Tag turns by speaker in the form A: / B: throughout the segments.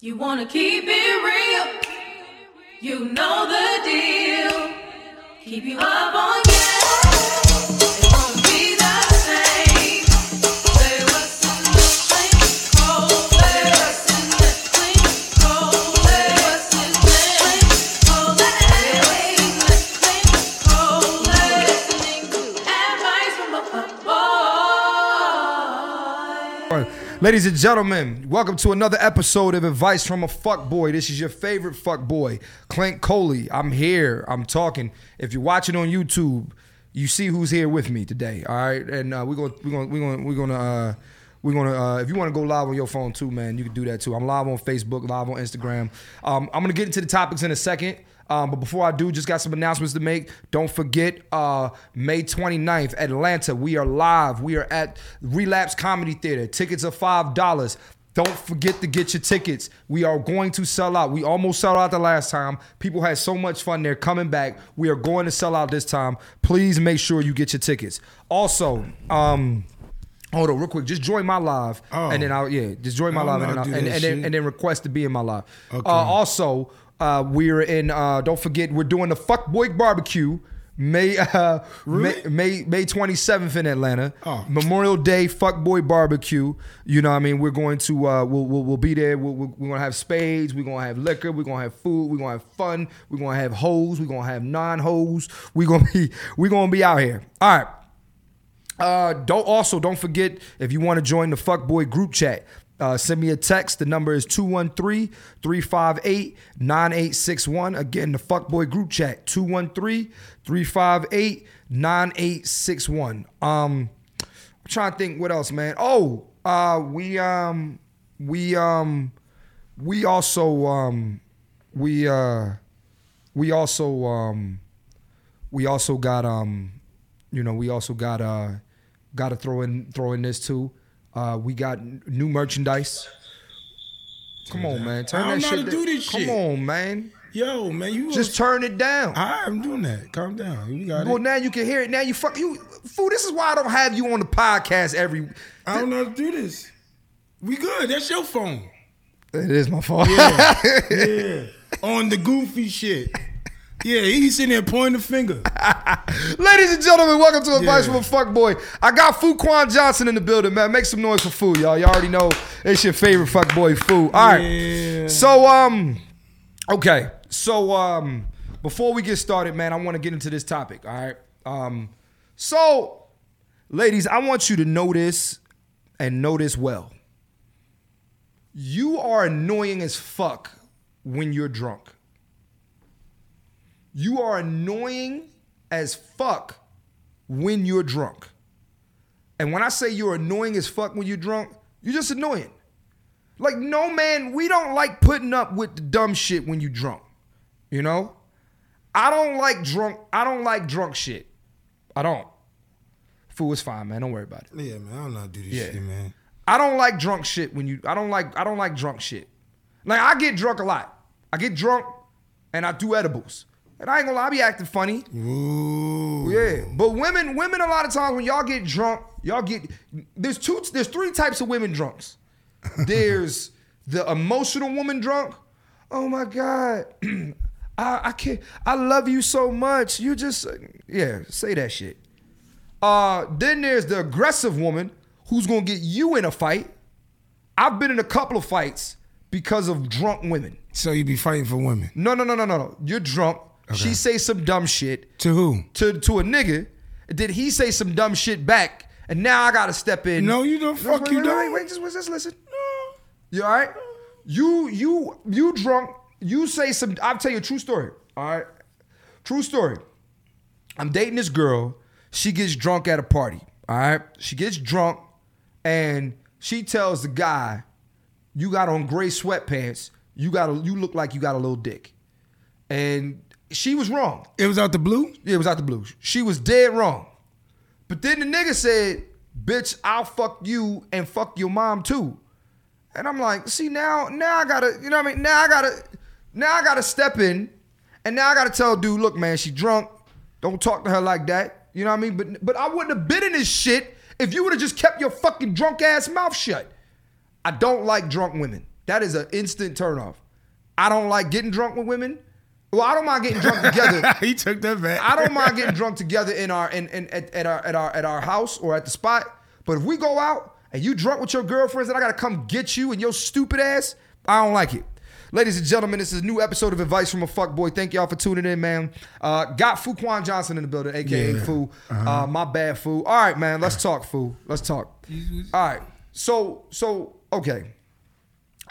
A: You wanna keep it real, you know the deal. Keep you up on gas, it won't be the same. Play what's in the plate, cold. Play what's in the plate, cold. Play what's in the Oh, plate, cold. Play what's in the Oh, plate, cold. Play what's in the plate, cold. Listening to advice from a boy.
B: All right. Ladies and gentlemen, welcome to another episode of Advice from a Fuckboy. This is your favorite fuckboy, Clint Coley. I'm here. I'm talking. If you're watching on YouTube, you see who's here with me today. All right, and uh, we're gonna we're gonna we're gonna we're gonna. Uh, we're gonna. Uh, if you want to go live on your phone too, man, you can do that too. I'm live on Facebook, live on Instagram. Um, I'm gonna get into the topics in a second. Um, but before I do, just got some announcements to make. Don't forget, uh, May 29th, Atlanta. We are live. We are at Relapse Comedy Theater. Tickets are five dollars. Don't forget to get your tickets. We are going to sell out. We almost sold out the last time. People had so much fun. They're coming back. We are going to sell out this time. Please make sure you get your tickets. Also, um, hold on real quick. Just join my live,
C: Oh.
B: and then I'll yeah, just join my
C: I
B: live,
C: don't know
B: and then,
C: how
B: I'll,
C: to do
B: and,
C: that
B: and then,
C: shit.
B: and then request to be in my live. Uh,
C: Okay.
B: also, uh, we're in. Uh, don't forget, we're doing the Fuck Boy Barbecue. May, uh,
C: Really?
B: May May May 27th in Atlanta.
C: Oh.
B: Memorial Day Fuckboy Barbecue. You know what I mean? We're going to uh we'll we'll, we'll be there. We'll, we'll, we're going to have spades, we're going to have liquor, we're going to have food, we're going to have fun, we're going to have hoes, we're going to have non-hoes. We're going to be we're going to be out here. All right. Uh, don't also don't forget if you want to join the fuckboy group chat. Uh, send me a text. The number is 213-358-9861. Again, the fuckboy group chat 213-358-9861. Um I'm trying to think what else, man. Oh, uh we um we um we also um we uh we also um we also got um you know we also got uh got to throw in throw in this too uh we got n- new merchandise come on man turn
C: I
B: that
C: don't know
B: shit
C: how to
B: down.
C: do this
B: come
C: shit.
B: on man
C: Yo, man, you
B: just turn it down
C: I'm doing that. Calm down. You got
B: well
C: it.
B: now you can hear it now you fuck you fool this is why i don't have you on the podcast every
C: I don't know how to do this. We good. That's your phone.
B: it is my fault
C: Yeah. On the goofy shit. Yeah, he's sitting there pointing the finger.
B: Ladies and gentlemen, welcome to Advice
C: Yeah.
B: from a Fuckboy. I got Fuquan Johnson in the building, man. Make some noise for Fu, y'all. You all already know it's your favorite fuckboy, Fu. All right.
C: Yeah.
B: So, um, okay. So, um, before we get started, man, I want to get into this topic. All right. Um, so, ladies, I want you to know this and know this well. You are annoying as fuck when you're drunk. You are annoying as fuck when you're drunk. And when I say you're annoying as fuck when you're drunk, you're just annoying. Like, no man, we don't like putting up with the dumb shit when you drunk. You know? I don't like drunk, I don't like drunk shit. I don't. Fool is fine, man. Don't worry about it.
C: Yeah, man, I don't know how to do this
B: Yeah.
C: shit, man.
B: I don't like drunk shit when you I don't like I don't like drunk shit. Like I get drunk a lot. I get drunk and I do edibles. And I ain't gonna lie, I be acting funny.
C: Ooh.
B: Yeah, but women, women, a lot of times when y'all get drunk, y'all get there's two, there's three types of women drunks. There's the emotional woman drunk. Oh my god, I, I can't. I love you so much. You just yeah, say that shit. Uh, then there's the aggressive woman who's gonna get you in a fight. I've been in a couple of fights because of drunk women.
C: So you be fighting for women.
B: No, no, no, no, no, no. You're drunk. She say some dumb shit
C: To who?
B: to to a nigga, did he say some dumb shit back? And now I gotta step in.
C: No, you don't.
B: No,
C: Fuck you,
B: wait, wait, wait,
C: don't.
B: wait, just, just listen. You all right? You you you drunk? You say some? I'll tell you a true story. All right, true story. I'm dating this girl. She gets drunk at a party. All right, she gets drunk, and she tells the guy, "You got on gray sweatpants. You got a, you look like you got a little dick," and she was wrong.
C: It was out the blue.
B: Yeah, it was out the blue. She was dead wrong. But then the nigga said, "Bitch, I'll fuck you and fuck your mom too." And I'm like, "See now, now I gotta, you know what I mean? Now I gotta, now I gotta step in, and now I gotta tell dude, look, man, she drunk. Don't talk to her like that. You know what I mean? But but I wouldn't have been in this shit if you would have just kept your fucking drunk ass mouth shut. I don't like drunk women. That is an instant turnoff. I don't like getting drunk with women. Well, I don't mind getting drunk together.
C: he took that back.
B: I don't mind getting drunk together in our in, in at, at our at our at our house or at the spot. But if we go out and you drunk with your girlfriends and I gotta come get you and your stupid ass, I don't like it. Ladies and gentlemen, this is a new episode of Advice from a Fuck Boy. Thank y'all for tuning in, man. Uh, got Fuquan Johnson in the building, aka
C: Yeah. Uh-huh.
B: Foo. Uh, my bad, Foo. All right, man. Let's talk, Foo. Let's talk. All right. So so okay.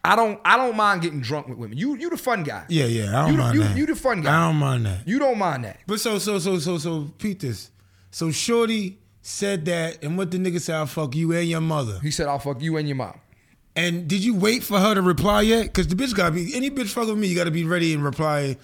B: I don't I don't mind getting drunk with women. You you the fun guy.
C: Yeah, yeah. I don't
B: you, the-
C: mind
B: you,
C: that.
B: You the fun guy.
C: I don't mind that.
B: you don't mind that.
C: But so so so so so Pete this. So Shorty said that, and what the nigga said, I'll fuck you and your mother.
B: He said I'll fuck you and your mom.
C: And did you wait for her to reply yet? Cause the bitch gotta be any bitch fuck with me, you gotta be ready and reply.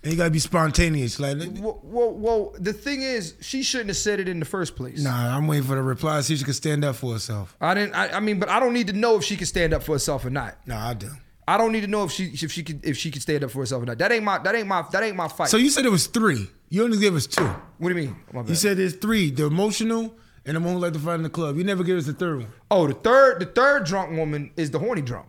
C: And you gotta be spontaneous. Like
B: Well, well, well, the thing is, she shouldn't have said it in the first place.
C: nah, I'm waiting for the reply so she can stand up for herself.
B: I didn't. I, I mean, but I don't need to know if she can stand up for herself or not.
C: Nah, I do.
B: I don't need to know if she if she could if she could stand up for herself or not. That ain't my that ain't my that ain't my fight.
C: So you said it was three. You only gave us two.
B: what do you mean? My bad.
C: You said there's three: the emotional and the one who like to fight in the club. You never gave us the third one.
B: oh, the third the third drunk woman is the horny drunk,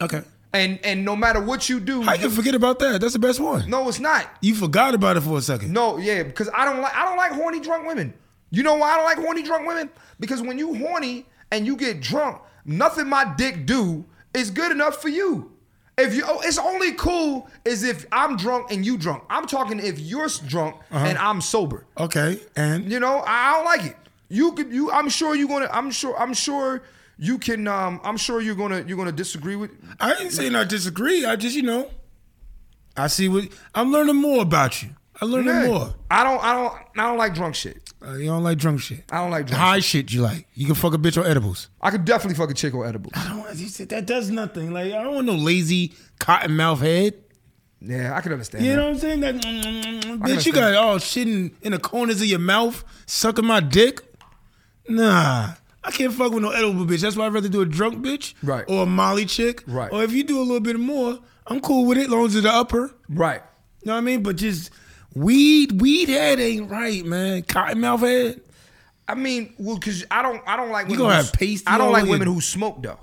C: Okay.
B: and and no matter what you do,
C: How you can forget about that? That's the best one.
B: no, it's not.
C: You forgot about it for a second.
B: No, yeah, because I don't like I don't like horny drunk women. You know why I don't like horny drunk women? Because when you horny and you get drunk, nothing my dick do is good enough for you. If you, oh, it's only cool is if I'm drunk and you drunk. I'm talking if you're s- drunk and I'm sober.
C: Okay. And
B: You know, I I don't like it. You could, you. I'm sure you're gonna. I'm sure. I'm sure you can. Um, I'm sure you're gonna. You're gonna disagree with.
C: I didn't say I disagree. I just you know, I see what I'm learning more about you. I'm learning
B: Yeah.
C: more.
B: I don't. I don't. I don't like drunk shit.
C: Uh, you don't like drunk shit.
B: I don't like drunk.
C: High shit you like. You can fuck a bitch on edibles.
B: I could definitely fuck a chick on edibles.
C: I don't want you said that does nothing. Like I don't want no lazy cotton mouth head.
B: Yeah, I could understand.
C: You
B: that.
C: know what I'm saying? That bitch, you
B: understand.
C: got all shit in, in the corners of your mouth, sucking my dick. Nah, I can't fuck with no edible bitch. That's why I'd rather do a drunk bitch,
B: Right.
C: or a Molly chick,
B: Right.
C: Or if you do a little bit more, I'm cool with it, long as it's the upper.
B: Right.
C: You know what I mean? But just weed, weed head ain't right, man. Cottonmouth head.
B: I mean, well, because I don't, I don't like women
C: gonna
B: who
C: have
B: s-
C: pasty
B: I don't
C: all
B: like
C: over
B: women
C: your-
B: who smoke though.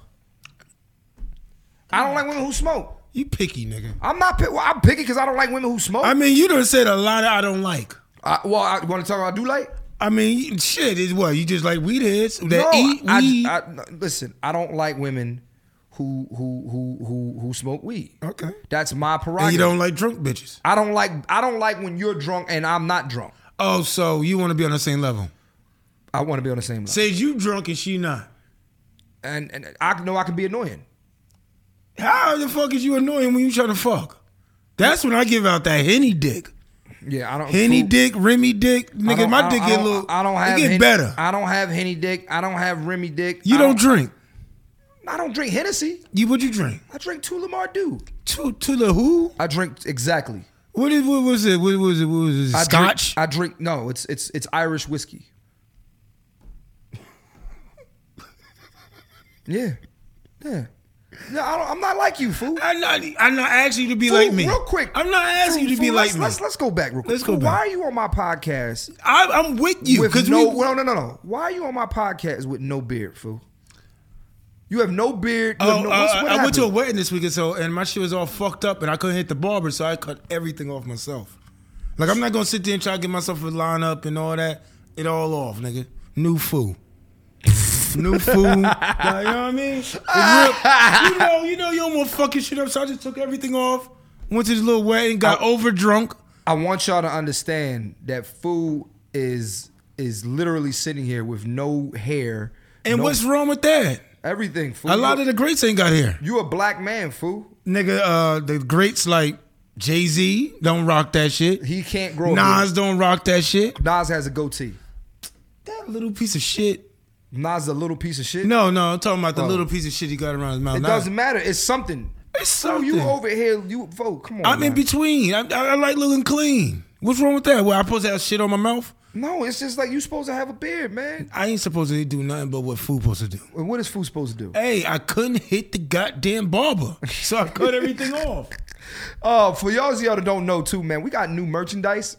B: I don't like women who smoke.
C: You picky, nigga.
B: I'm not. pi- Well, I'm picky because I don't like women who smoke.
C: I mean, you done said a lot I don't like.
B: I, well, I want to talk about I do like.
C: I mean, shit is what you just like weed heads that eat
B: I,
C: weed.
B: I, no, listen. I don't like women who who who who who smoke weed.
C: okay.
B: That's my prerogative.
C: And you don't like drunk bitches.
B: I don't like. I don't like when you're drunk and I'm not drunk.
C: Oh, so you want to be on the same level?
B: I want to be on the same level.
C: Says you drunk and she not.
B: And and I know I can be annoying.
C: How the fuck is you annoying when you trying to fuck? That's when I give out that henny dick,
B: Yeah, I don't.
C: henny
B: Fool-
C: dick, Remy dick,
B: I
C: nigga.
B: don't-
C: My
B: I
C: dick
B: don't-
C: get little.
B: I don't have.
C: It get
B: Hen-
C: better.
B: I don't have henny dick. I don't have Remy dick.
C: you
B: I
C: don't, drink.
B: I don't drink Hennessy.
C: You what you drink?
B: I drink Tula Mardu.
C: To to the who?
B: I drink exactly.
C: What is what was it? What was it? What was it?
B: I
C: Scotch.
B: Drink, I drink no. It's it's it's Irish whiskey. yeah, yeah. No, I don't, I'm not like you, fool.
C: I'm not. I'm not asking you to be
B: Fool,
C: like me.
B: Real quick.
C: I'm not asking
B: Fool,
C: you to be
B: fool,
C: like
B: let's,
C: me.
B: Let's let's go back real quick.
C: Let's go
B: Fool, Why
C: back.
B: are you on my podcast
C: I, I'm with you
B: with
C: because
B: no?
C: we.
B: no, no, no, no. Why are you on my podcast with no beard, fool? You have no beard. You have
C: Oh,
B: no,
C: uh,
B: what's- what
C: I went to a
B: happened?
C: wedding this weekend, so and my shit was all fucked up, and I couldn't hit the barber, so I cut everything off myself. Like I'm not gonna sit there and try to get myself a line up and all that. It all off, nigga. New fool. New fool. Like, you know what I mean? It's real- you know, you know, you don't want to fucking shit up, so I just took everything off. Went to this little wedding, got overdrunk.
B: I want y'all to understand that Foo is is literally sitting here with no hair
C: And
B: no-
C: what's wrong with that?
B: everything. Foo.
C: A lot
B: you,
C: of the greats ain't got here.
B: you a black man, Foo.
C: Nigga, uh, the greats like Jay Z don't rock that shit.
B: He can't grow. a
C: Nas don't rock that shit.
B: beard. Nas has a goatee.
C: That little piece of shit.
B: Nas is a little piece of shit.
C: No, no, I'm talking about the
B: Bro.
C: little piece of shit he got around his mouth.
B: it
C: Nah,
B: doesn't matter. It's something.
C: It's
B: Foo,
C: something.
B: you over here, you Foo. Come on.
C: I'm in
B: man.
C: between. I, I, I like looking clean. What's wrong with that? Well, I supposed to have shit on my mouth?
B: no, it's just like you supposed to have a beard, man.
C: I ain't supposed to do nothing but what food supposed to do.
B: And what is Foo supposed to do?
C: Hey, I couldn't hit the goddamn barber, so I cut everything off.
B: Oh, Uh, for y'all y'all that don't know too, man, we got new merchandise.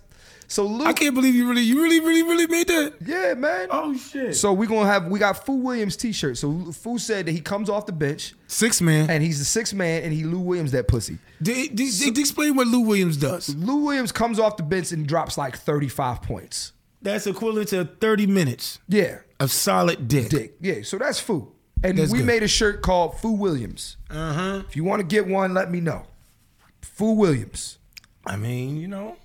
B: So Luke,
C: I can't believe you really, you really, really, really made that.
B: yeah, man.
C: Oh shit!
B: So we gonna have we got Foo Williams T-shirt. So Foo said that he comes off the bench
C: Six man.
B: and he's the sixth man and he Lou Williams that pussy.
C: They, they, they- they explain what Lou Williams does.
B: Lou Williams comes off the bench and drops like 35 points.
C: That's equivalent to thirty minutes
B: Yeah,
C: of solid dick.
B: dick. Yeah, so that's Foo. And
C: That's
B: we
C: good.
B: made a shirt called Foo Williams.
C: Uh huh.
B: If you want to get one, let me know. Foo Williams.
C: I mean, you know,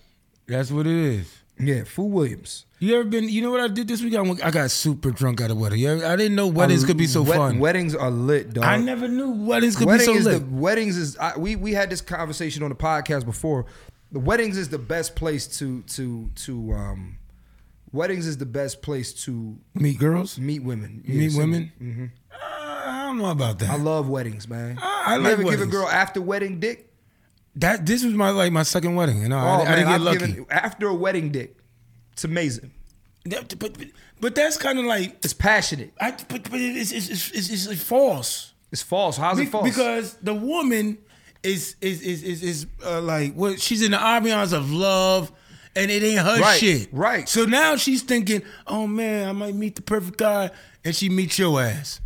C: that's what it is.
B: Yeah, Foo Williams.
C: You ever been? You know what I did this week? I, went- I got super drunk at a wedding. You ever- I didn't know weddings could be so
B: Wed-
C: fun.
B: Weddings are lit, dog.
C: I never knew weddings could
B: Wedding
C: be
B: is
C: so lit.
B: the weddings is I, we we had this conversation on the podcast before. The weddings is the best place to to to um weddings is the best place to
C: Meet girls,
B: meet women. Yeah, Mm-hmm.
C: meet
B: so-
C: women. Uh, I don't know about
B: I
C: that.
B: love weddings, man.
C: I- I
B: you
C: like
B: ever give a
C: weddings.
B: girl after wedding dick?
C: That this was my like my second wedding, and I, I
B: Oh man,
C: didn't get
B: I've
C: lucky.
B: given after a wedding dick. It's amazing.
C: That- but, but but that's kind of like
B: It's passionate.
C: I, but, but it's, it's, it's, it's, it's like false.
B: It's false. How's it
C: Be-
B: false?
C: Because the woman is is is is, is uh, like what she's in the ambiance of love. And it ain't her
B: Right,
C: shit.
B: right.
C: So now she's thinking, oh man, I might meet the perfect guy. And she meets your ass.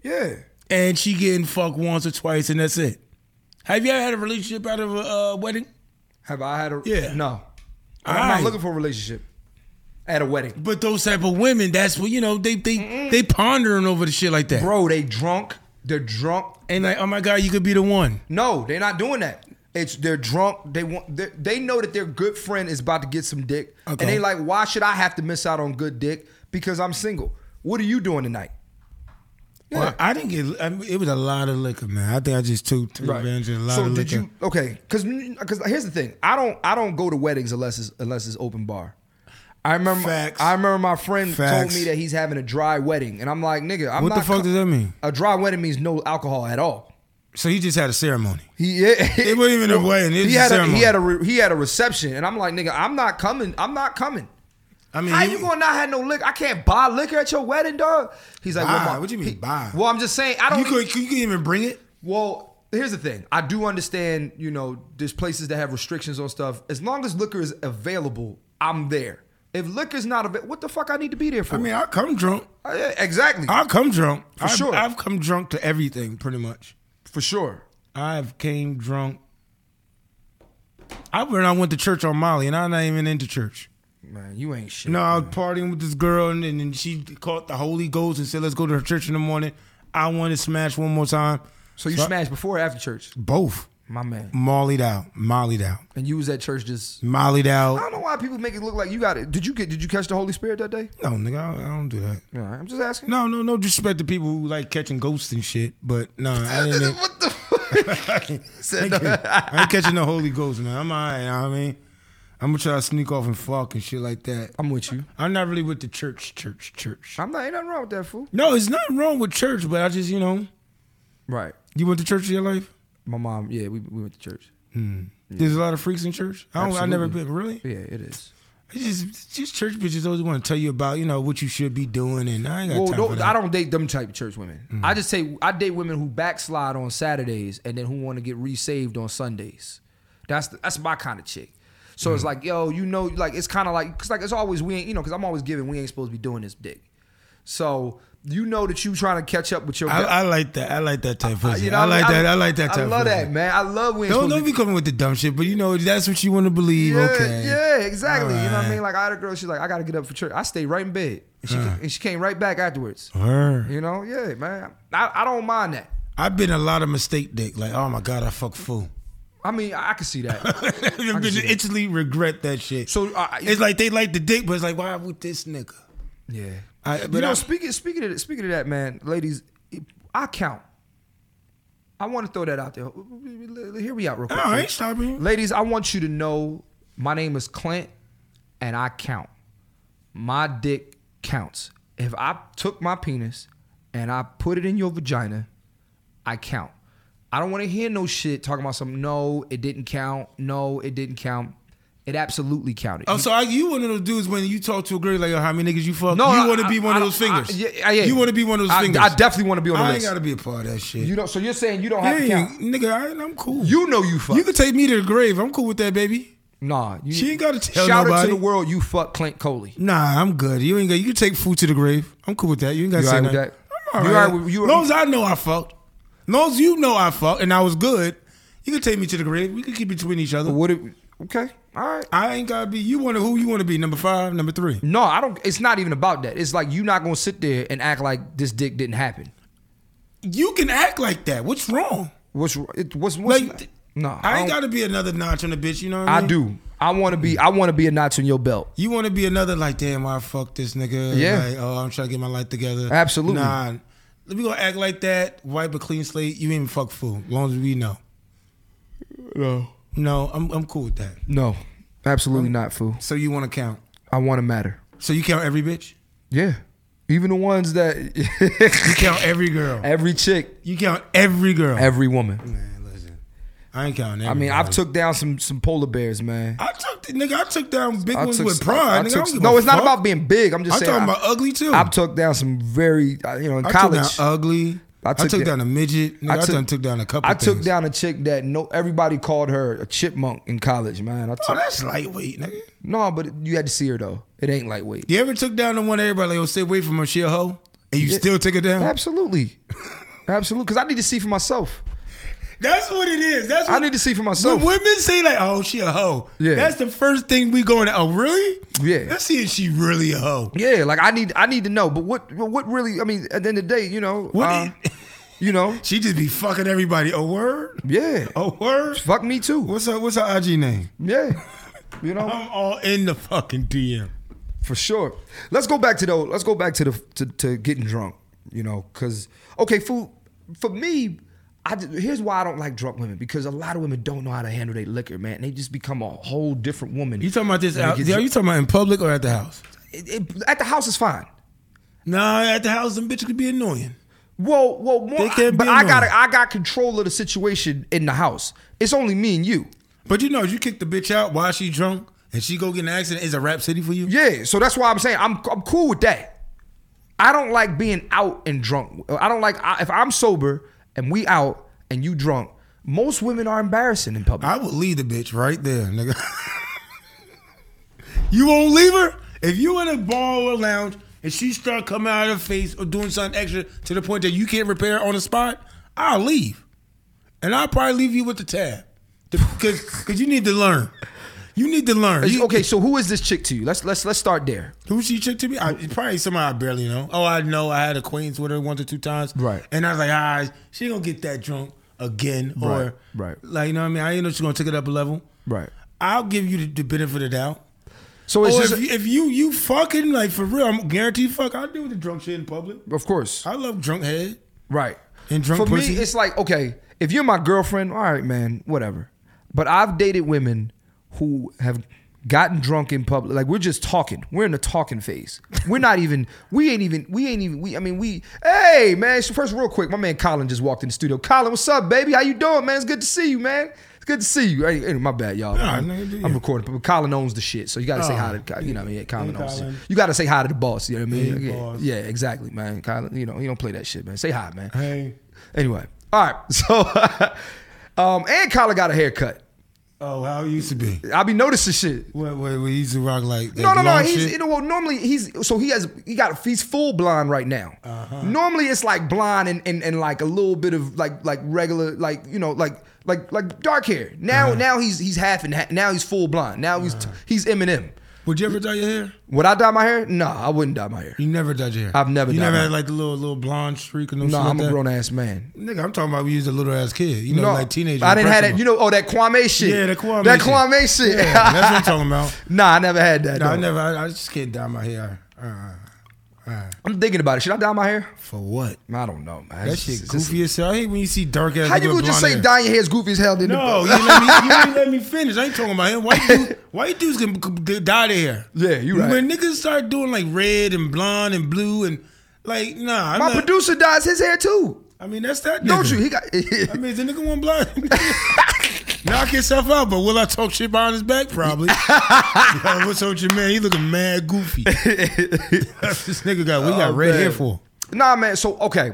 B: yeah,
C: And she getting fucked once or twice and that's it. Have you ever had a relationship out of a uh, wedding?
B: have I had a
C: Yeah.
B: No, I'm
C: Alright.
B: not looking for a relationship at a wedding.
C: But those type of women, that's what, you know, they they, they pondering over the shit like that.
B: bro, they drunk. They're drunk.
C: And like, oh my God, you could be the one.
B: No, they're not doing that. It's they're drunk. They want they they know that their good friend is about to get some dick,
C: Okay.
B: and they like, why should I have to miss out on good dick because I'm single? What are you doing tonight?
C: Well, I didn't get. I mean, it was a lot of liquor, man. I think I just took took advantage of a lot
B: So
C: of
B: did
C: liquor.
B: you okay? Because because here's the thing. I don't I don't go to weddings unless it's unless it's open bar. I remember
C: Facts.
B: I remember my friend
C: Facts.
B: told me that he's having a dry wedding, and I'm like, nigga, I'm
C: what
B: not
C: the fuck
B: co-
C: does that mean?
B: a dry wedding means no alcohol at all.
C: So he just had a ceremony.
B: He yeah.
C: It wasn't even a wedding. It was
B: he
C: a
B: had a,
C: ceremony.
B: he had a re- he had a reception, and I'm like, nigga, I'm not coming. I'm not coming.
C: I mean,
B: How
C: he-
B: you gonna not have no liquor? I can't buy liquor at your wedding, dog. He's like,
C: Buy?
B: well, my-
C: What you mean,
B: he-
C: buy?
B: Well, I'm just saying, I don't. e-,
C: you could you could even bring it.
B: well, here's the thing. I do understand. You know, there's places that have restrictions on stuff. As long as liquor is available, I'm there. If liquor's not available, what the fuck I need to be there for?
C: I mean, I come drunk.
B: Uh, yeah, exactly,
C: I come drunk for
B: sure.
C: I've come drunk to everything, pretty much.
B: for sure.
C: I've came drunk. I when I went to church on Molly, and I'm not even into church.
B: Man, you ain't shit.
C: No, I was partying with this girl, and then she caught the Holy Ghost and said, "Let's go to her church in the morning." I wanted to smash one more time.
B: So you
C: So-
B: smashed before or after church,
C: Both
B: my man,
C: mollied out, mollied out,
B: and you was at church just.
C: mollied
B: I
C: out.
B: don't know why people make it look like you got it. Did you get? Did you catch the Holy Spirit that day?
C: No, nigga, I don't, I don't do that.
B: All right, I'm just asking.
C: No, no, no disrespect to people who like catching ghosts and shit, but no, I didn't.
B: what the? fuck? Said
C: Thank you.
B: no.
C: I ain't catching the Holy Ghost, man. I'm alright. You know what I mean, I'm gonna try to sneak off and fuck and shit like that.
B: I'm with you.
C: I'm not really with the church, church, church.
B: I'm not. Ain't nothing wrong with that fool.
C: No, it's nothing wrong with church, but I just, you know,
B: Right.
C: you went to church in your life. Hmm.
B: My mom. Yeah, we, we went to church.
C: There's a lot of freaks in church. I don't, I never
B: Absolutely.
C: been really.
B: Yeah, it is.
C: It's just, it's just church bitches always want to tell you about you know what you should be doing, and I ain't got
B: Well,
C: time for
B: don't,
C: that. Mm-hmm.
B: I don't date them type of church women. I just say I date women who backslide on Saturdays and then who want to get resaved on Sundays. That's the, that's my kind of chick. So
C: Mm-hmm.
B: it's like, yo, you know, like it's kind of like, cause like it's always we ain't, you know, cause I'm always giving we ain't supposed to be doing this dick. So you know that you trying to catch up with your.
C: I, I like that. I like that type of pussy.
B: you know,
C: I like
B: mean?
C: that. I like that type.
B: I love
C: of pussy.
B: that, man. I love we ain't
C: Don't
B: supposed to
C: don't be coming with the dumb shit, but you know that's what you want to believe.
B: Yeah,
C: okay.
B: yeah, exactly. You know what I
C: Alright.
B: mean? Like I had a girl, she's like, I gotta get up for church. I stayed right in bed, and she, and she came right back afterwards.
C: Word.
B: You know, yeah, man. I, I don't mind that.
C: I've been a lot of mistake dick. Like, oh my god, I fuck fool.
B: I mean, I, I can see that.
C: Bitches instantly regret that shit.
B: So uh, I I-
C: it's like they like the dick, but it's like why with this nigga?
B: yeah.
C: I, but
B: you know,
C: I-
B: speaking speaking of speaking of that, man, ladies, I count. I want to throw that out there. Hear me out real quick.
C: no, I ain't stopping.
B: Ladies, I want you to know my name is Clint and I count. My dick counts. If I took my penis and I put it in your vagina, I count. I don't want to hear no shit talking about some no, it didn't count. No, it didn't count. It absolutely counted.
C: Oh, so I, you one of those dudes when you talk to a girl like, oh, how many niggas you fuck?
B: No,
C: you
B: I-
C: want to be
B: I-
C: one
B: I
C: of
B: don't-
C: those fingers.
B: I- yeah, yeah.
C: You want to be one of those
B: I-
C: fingers.
B: I definitely wanna be on the
C: I
B: list.
C: ain't gotta be a part of that shit.
B: you don't so you're saying you don't have to
C: yeah,
B: count.
C: nigga, I, I'm cool.
B: You know you fuck.
C: You can take me to the grave. I'm cool with that, baby.
B: Nah, you,
C: She ain't gotta tell
B: Shout out to
C: nobody.
B: the world, you fuck Clint Coley.
C: Nah, I'm good. You ain't got. You can take food to the grave. I'm cool with that. You ain't got to
B: You
C: say
B: all right with
C: nothing.
B: that?
C: I'm
B: You
C: all
B: all
C: right.
B: right with- you-
C: long as I know I fucked, long as you know I fucked and I was good, you can take me to the grave. We can keep it between each other.
B: What? It, okay, all right.
C: I ain't gotta be. You want to who you want to be? Number five, number three.
B: No, I don't. It's not even about that. It's like you're not gonna sit there and act like this dick didn't happen.
C: You can act like that. What's wrong?
B: What's it, what's what's
C: Like, th-
B: no?
C: I ain't
B: don't-
C: gotta be another notch on the bitch. You know what I
B: I
C: mean?
B: do. I want to be. I want to be a notch on your belt.
C: You want to be another like, damn, I fucked this nigga.
B: Yeah.
C: Like, oh, I'm trying to get my life together.
B: Absolutely.
C: Nah. Let me go act like that. Wipe a clean slate. You ain't even fuck fool. Long as we know.
B: No,
C: No, I'm I'm cool with that.
B: no, absolutely not, fool.
C: So you want to count?
B: I want to matter.
C: So you count every bitch?
B: Yeah, even the ones
C: You
B: that
C: count every girl.
B: every chick,
C: You count every girl.
B: every woman.
C: man, listen. I ain't counting.
B: I
C: Every
B: mean,
C: girl.
B: I've took down some some polar bears, man.
C: I took the, nigga. I took down big
B: I
C: ones
B: took
C: with
B: some-
C: pride.
B: I took
C: nigga, I don't
B: some-
C: give
B: no,
C: a
B: it's not
C: fuck.
B: about being big. I'm just
C: I'm
B: saying.
C: talking
B: I-
C: about ugly too.
B: I've took down some very, uh, you know, in
C: I
B: college.
C: took down ugly. I
B: I
C: took,
B: took that-
C: down a midget. Nigga, I,
B: I took-
C: done took down a couple.
B: I took
C: things.
B: down a chick that no everybody called her a chipmunk in college, man. I
C: Oh,
B: took,
C: that's lightweight, nigga.
B: no, but you had to see her though. It ain't lightweight.
C: You ever took down the one everybody like, oh, stay away from her, she a hoe? And you
B: Yeah.
C: still took it down?
B: Absolutely, absolutely. Because I need to see for myself.
C: That's what it is. That's what
B: I need to see for myself.
C: When women say like, "Oh, she a hoe,"
B: Yeah.
C: that's the first thing we going. Oh, really?
B: Yeah.
C: Let's see if she really a hoe.
B: Yeah, like I need I need to know. But what but what really? I mean, at the end of the day, you know,
C: What
B: uh,
C: it-
B: you know,
C: She just be fucking everybody. A word.
B: yeah.
C: A word.
B: Fuck me too.
C: What's her What's her IG name?
B: Yeah, you know.
C: I'm all in the fucking DM.
B: For sure. Let's go back to though. Let's go back to the to, to getting drunk. You know, because okay, food for me. I d- here's why I don't like drunk women because a lot of women don't know how to handle their liquor, man. they just become a whole different woman.
C: You talking about this?
B: when they
C: Out,
B: get
C: yeah,
B: dr-
C: you talking about in public or at the house?
B: it- it- at the house is fine.
C: Nah, at the house, them bitches could be annoying.
B: Well, well, more,
C: They can't
B: but
C: be
B: I
C: alone.
B: got I got control of the situation in the house. It's only me and you.
C: But you know, if you kick the bitch out while she drunk and she go get in an accident, is a rap city for you?
B: Yeah, so that's why I'm saying I'm I'm cool with that. I don't like being out and drunk. I don't like I, if I'm sober and we out and you drunk. Most women are embarrassing in public.
C: I would leave the bitch right there, nigga. you won't leave her? If you in a bar or lounge and she start coming out of her face or doing something extra to the point that you can't repair it on the spot, I'll leave. And I'll probably leave you with the tab. Because you need to learn. You need to learn.
B: Is-
C: You-
B: okay, so who is this chick to you? Let's let's let's start there.
C: Who she chick to me? I, probably somebody I barely know. Oh, I know. I had acquaintance with her once or two times.
B: Right.
C: And I was like, ah, she gonna get that drunk again,
B: Right,
C: or
B: right.
C: Like you know what I mean? I ain't know she's gonna take it up a level.
B: Right.
C: I'll give you the, the benefit of the doubt.
B: So it's
C: Or
B: just
C: Oh, if, you, if you you fucking like for real, I'm guaranteed fuck. I deal with the drunk shit in public.
B: of course.
C: I love drunk head.
B: Right.
C: And drunk
B: For
C: pussy?
B: me, it's like, okay, if you're my girlfriend, all right, man, whatever. But I've dated women who have gotten drunk in public. Like we're just talking. We're in the talking phase. We're not even, we ain't even, we ain't even, we, I mean, we, hey, man, so first real quick, my man Colin just walked in the studio. Colin, what's up, baby? How you doing, man? It's good to see you, man. It's good to see you. Hey, hey, my bad, y'all.
C: Nah,
B: I'm,
C: nigga, yeah.
B: I'm recording, but Colin owns the shit. So you gotta say
C: Oh,
B: hi to, you know, yeah, Colin
C: Hey,
B: owns
C: Colin.
B: it. You gotta say hi to the boss, you know what I mean?
C: Hey,
B: yeah,
C: boss.
B: yeah, exactly, man. Colin, you know, you don't play that shit, man. Say hi, man.
C: Hey.
B: Anyway, all right. So, um, and Colin got a haircut.
C: Oh, how it used to be.
B: I be noticing shit.
C: Wait, wait, wait. He used to rock like
B: No,
C: that
B: no, no.
C: long
B: He's
C: shit.
B: you know, well, normally he's so he has he got he's full blonde right now.
C: Uh-huh.
B: Normally it's like blonde and, and and like a little bit of like like regular like you know like like like dark hair. Now
C: Uh-huh.
B: now he's he's half and half, now he's full blonde. Now he's he's Eminem.
C: Would you ever dye your hair?
B: Would I dye my hair? Nah, I wouldn't dye my hair.
C: You never dyed your hair.
B: I've never
C: You
B: dyed
C: never
B: my-
C: had like the little little blonde streak or no. shit
B: Nah,
C: like
B: I'm a
C: that?
B: grown ass man.
C: Nigga, I'm talking about we used a little ass kid. You know,
B: No,
C: like teenager.
B: I didn't have that.
C: impressionable.
B: You know, oh that Kwame shit.
C: Yeah, the Kwame
B: That
C: shit.
B: Kwame shit.
C: Yeah, that's what I'm talking about.
B: nah, I never had that.
C: No, I
B: though.
C: never. I, I just can't dye my hair. Uh,
B: I'm thinking about it. Should I dye my hair?
C: for what?
B: I don't know, man.
C: That
B: It's
C: shit
B: just- it's just-
C: goofy as hell. I hate when you see dark ass.
B: How you
C: nigga
B: gonna
C: with
B: just
C: blonde
B: say
C: hair.
B: dyeing your hair is goofy as hell? Then
C: No, you let me. You ain't let me finish. I ain't talking about him. White dude, white dudes can c- c- dye their hair.
B: Yeah, you right.
C: When niggas start doing like red and blonde and blue and like, nah. I'm
B: my
C: not-
B: producer dyes his hair too.
C: I mean, that's that. Nigga.
B: Don't you? He got.
C: I mean, the nigga went blind. Knock himself out, but will I talk shit behind his back? Probably. Yo, what's up with your man? He looking mad goofy. this nigga got we got
B: Oh,
C: red hair
B: man.
C: for.
B: Nah, man. So okay,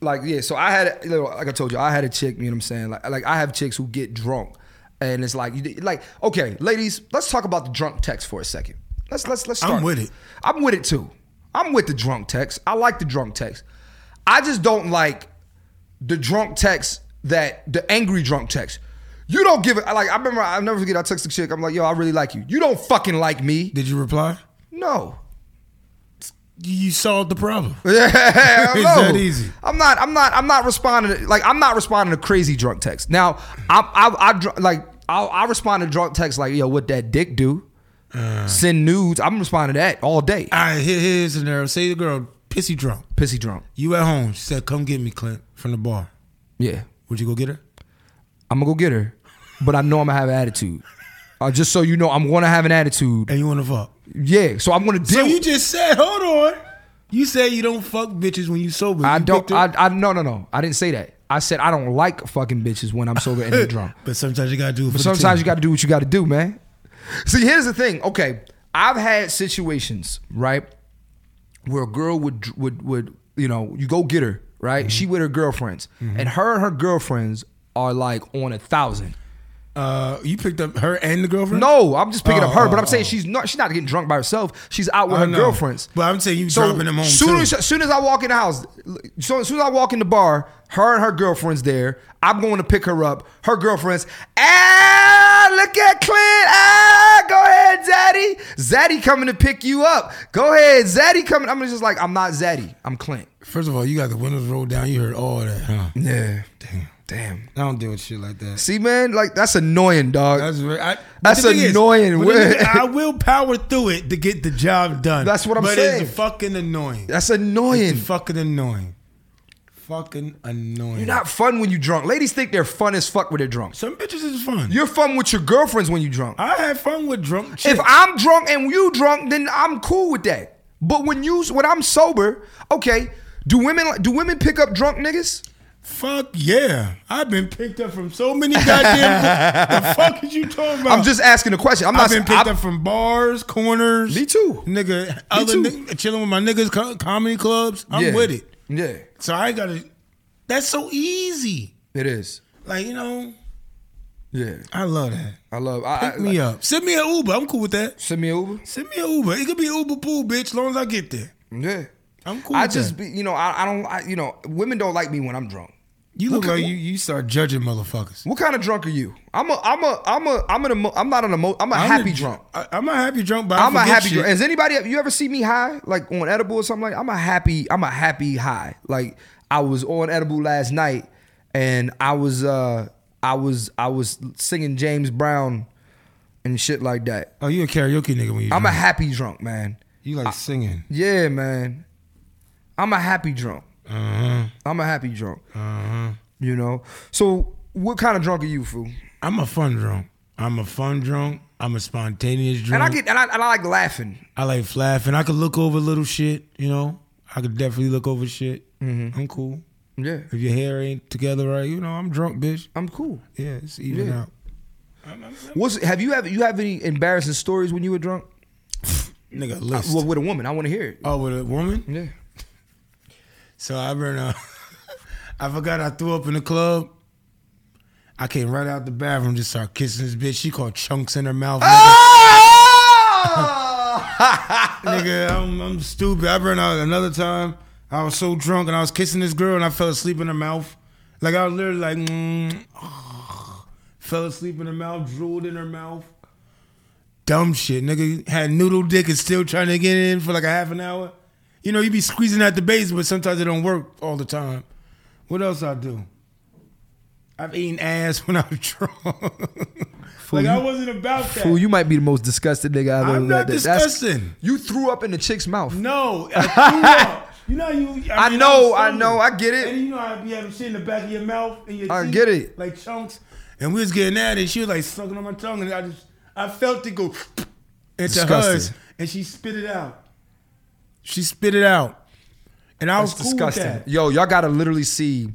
B: like yeah. So I had, you know, like I told you, I had a chick. You know what I'm saying? Like, like I have chicks who get drunk, and it's like, you, like okay, ladies, let's talk about the drunk text for a second. Let's let's let's.
C: I'm
B: Start.
C: with it.
B: I'm with it too. I'm with the drunk text. I like the drunk text. I just don't like the drunk text that the angry drunk text. You don't give it. Like I remember, I will never forget. I texted a chick. I'm like, yo, I really like you. You don't fucking like me.
C: Did you reply?
B: No.
C: You solved the problem.
B: Yeah,
C: It's
B: no.
C: that easy.
B: I'm not. I'm not. I'm not responding. To, like I'm not responding to crazy drunk texts. Now I I, I dr- like I, I respond to drunk texts like yo, what that dick do?
C: Uh.
B: Send nudes. I'm responding to that all day.
C: All right, here, here's a scenario. Say the girl pissy drunk.
B: Pissy drunk.
C: You at home. She said, "Come get me, Clint, from the bar."
B: Yeah,
C: Would you go get her?
B: I'm gonna go get her, but I know I'm gonna have an attitude. Uh, just so you know, I'm gonna have an attitude.
C: And you want to fuck?
B: Yeah, so I'm gonna
C: So
B: deal.
C: you just said, "Hold on." You say you don't fuck bitches when you sober.
B: I
C: You
B: don't.
C: picked
B: I,
C: her-
B: I no no no. I didn't say that. I said I don't like fucking bitches when I'm sober and they're drunk.
C: But sometimes you gotta do. It for
B: But
C: the
B: sometimes you
C: team.
B: got to do what you got to do, man. See, here's the thing. Okay, I've had situations, right, where a girl would would would you know you go get her, right?
C: Mm-hmm.
B: She with her girlfriends, and her and her girlfriends are like on a thousand.
C: Uh, you picked up her and the girlfriend.
B: No, I'm just picking
C: Oh,
B: up her, but
C: oh,
B: I'm saying
C: oh.
B: she's not. She's not getting drunk by herself. She's out with
C: I
B: her
C: know.
B: girlfriends.
C: But I'm saying you dropping them home
B: Soon
C: too.
B: as soon as I walk in the house, so as soon as I walk in the bar, her and her girlfriend's there. I'm going to pick her up. Her girlfriend's ah, look at Clint. Ah, go ahead, Zaddy. Zaddy coming to pick you up. Go ahead, Zaddy coming. I'm just like I'm not Zaddy. I'm Clint.
C: First of all, you got the windows rolled down. You heard all that, huh?
B: Yeah. Damn. Damn.
C: I don't deal with shit like that.
B: See, man, like that's annoying, dog.
C: That's very, I, but
B: That's
C: the thing is-
B: annoying.
C: but the thing is, I will power through it to get the job done.
B: That's what I'm
C: but
B: saying.
C: It's fucking annoying.
B: that's annoying.
C: It's fucking annoying. Fucking annoying.
B: You're not fun when you drunk. Ladies think they're fun as fuck when they're drunk.
C: Some bitches is fun.
B: You're fun with your girlfriends when you drunk.
C: I had fun with drunk chicks.
B: If I'm drunk and you drunk, then I'm cool with that. But when you when I'm sober, okay, do women do women pick up drunk niggas?
C: Fuck yeah. I've been picked up from so many goddamn. the fuck is you talking about?
B: I'm just asking a question. I'm
C: Uh, I've
B: not
C: been picked
B: I-
C: up from bars, corners.
B: Me too.
C: Nigga, other
B: too.
C: ni- chilling with my niggas, co- comedy clubs. I'm
B: Yeah.
C: with it.
B: Yeah,
C: So I gotta. That's so easy.
B: it is.
C: Like you know,
B: Yeah,
C: I love that.
B: I love. I,
C: Pick
B: I,
C: me
B: like,
C: up. Send me an Uber. I'm cool with that.
B: Send me over.
C: Send me an Uber. It could be Uber pool, bitch. As long as I get there,
B: Yeah,
C: I'm cool.
B: I
C: with
B: just
C: that.
B: be, you know I, I don't I, you know women don't like me when I'm drunk.
C: you look
B: What-
C: like you you start judging motherfuckers.
B: What kind of drunk are you? I'm a I'm a I'm a I'm an emo, I'm not an emo, I'm a
C: I'm
B: happy
C: a-
B: drunk.
C: I, am a happy drunk, but I
B: I'm a
C: forget
B: happy.
C: shit.
B: Shit. Has anybody you ever see me high, like on edible or something like? I'm a happy. I'm a happy high. Like I was on edible last night, and I was uh I was I was singing James Brown and shit like that.
C: Oh, you a karaoke nigga when you?
B: I'm a
C: drunk.
B: happy drunk man.
C: you like singing.
B: Yeah, man. I'm a happy drunk.
C: Uh huh.
B: I'm a happy drunk.
C: Uh huh.
B: You know. So what kind of drunk are you, fool?
C: I'm a fun drunk. I'm a fun drunk. I'm a spontaneous drunk.
B: And I get and I, and I like laughing.
C: I like laughing. I could look over little shit, you know. I could definitely look over shit.
B: Mm-hmm.
C: I'm cool.
B: Yeah,
C: If your hair ain't together right, you know, I'm drunk, bitch.
B: I'm cool.
C: Yeah, it's even
B: Yeah.
C: out. I'm, I'm, I'm-
B: What's have you have you have any embarrassing stories when you were drunk?
C: nigga, list.
B: Well, with a woman, I want to hear it.
C: oh, with a woman?
B: Yeah.
C: So I ran uh, I forgot I threw up in the club. I came right out the bathroom, just started kissing this bitch. She caught chunks in her mouth.
B: Ah!
C: nigga. Oh! Nigga, I'm, I'm stupid. I ran out another time. I was so drunk and I was kissing this girl and I fell asleep in her mouth. Like I was literally like, mm, fell asleep in her mouth, drooled in her mouth. Dumb shit, nigga. Had noodle dick and still trying to get in for like a half an hour. You know, you be squeezing out the base, but sometimes it don't work all the time. What else I do? I've eaten ass when I was drunk. like I
B: you-
C: wasn't about that.
B: Fool, you might be the most disgusted nigga I've ever
C: I'm not
B: met. That- that's-
C: disgusting.
B: You threw up in the chick's mouth.
C: No, I threw up. You know you.
B: I
C: mean,
B: know,
C: I'm
B: I know, I get
C: And
B: it.
C: you know how you having shit in the back of your mouth and your
B: I
C: teeth,
B: get it.
C: like chunks. And we was getting at it. She was like sucking on my tongue, and I just I felt it go into
B: Disgusting.
C: hers, and she spit it out. She spit it out, and I was
B: That's
C: cool
B: disgusting.
C: with that.
B: Yo, y'all gotta literally see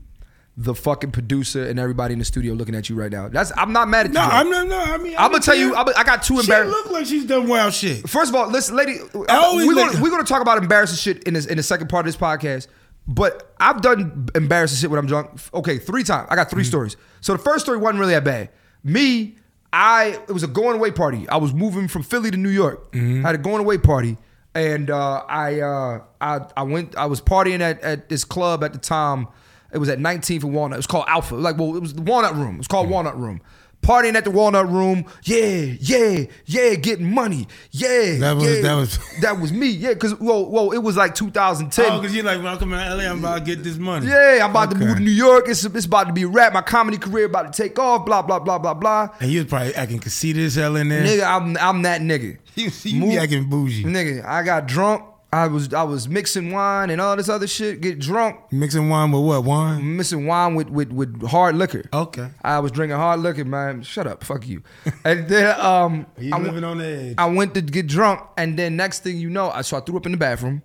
B: the fucking producer and everybody in the studio looking at you right now. That's I'm not mad at
C: No,
B: you.
C: I'm not. No, I mean,
B: I'm gonna tell you, I'm, I got two
C: She
B: embarrassing.
C: look like she's done wild shit.
B: First of all, listen, lady,
C: always
B: we're
C: like-
B: gonna, we're gonna talk about embarrassing shit in this in the second part of this podcast. But I've done
C: Mm-hmm.
B: embarrassing shit when I'm drunk. Okay, three times. I got 3 stories. So the first story wasn't really that bad. Me, I it was a going away party. I was moving from Philly to New York.
C: Mm-hmm.
B: I had a going away party, and uh, I uh, I I went. I was partying at, at this club at the time. It was at 19th and Walnut. It was called Alpha. Like, well, it was the Walnut Room. It was
C: Mm-hmm.
B: called Walnut Room. Partying at the Walnut Room. Yeah, yeah, yeah. Getting money. Yeah.
C: That was-
B: yeah.
C: that was-
B: that was me. Yeah, because well, well, it was like 2010.
C: Oh, because you're like, when I come to LA, I'm about to get this money.
B: Yeah, I'm about to
C: Okay.
B: move to New York. It's, it's about to be a wrap. My comedy career about to take off. Blah blah blah blah blah.
C: And you was probably acting conceited as hell in there.
B: Nigga, I'm I'm that nigga.
C: You, you
B: Move-
C: be acting bougie.
B: Nigga, I got drunk. I was I was mixing wine and all this other shit. Get drunk,
C: Mixing wine with what? Wine?
B: mixing wine with with with hard liquor.
C: Okay.
B: I was drinking hard liquor, man. Shut up, fuck you. And then um,
C: You
B: I,
C: living
B: went-
C: on the edge.
B: I went to get drunk, and then next thing you know, I so I threw up in the bathroom.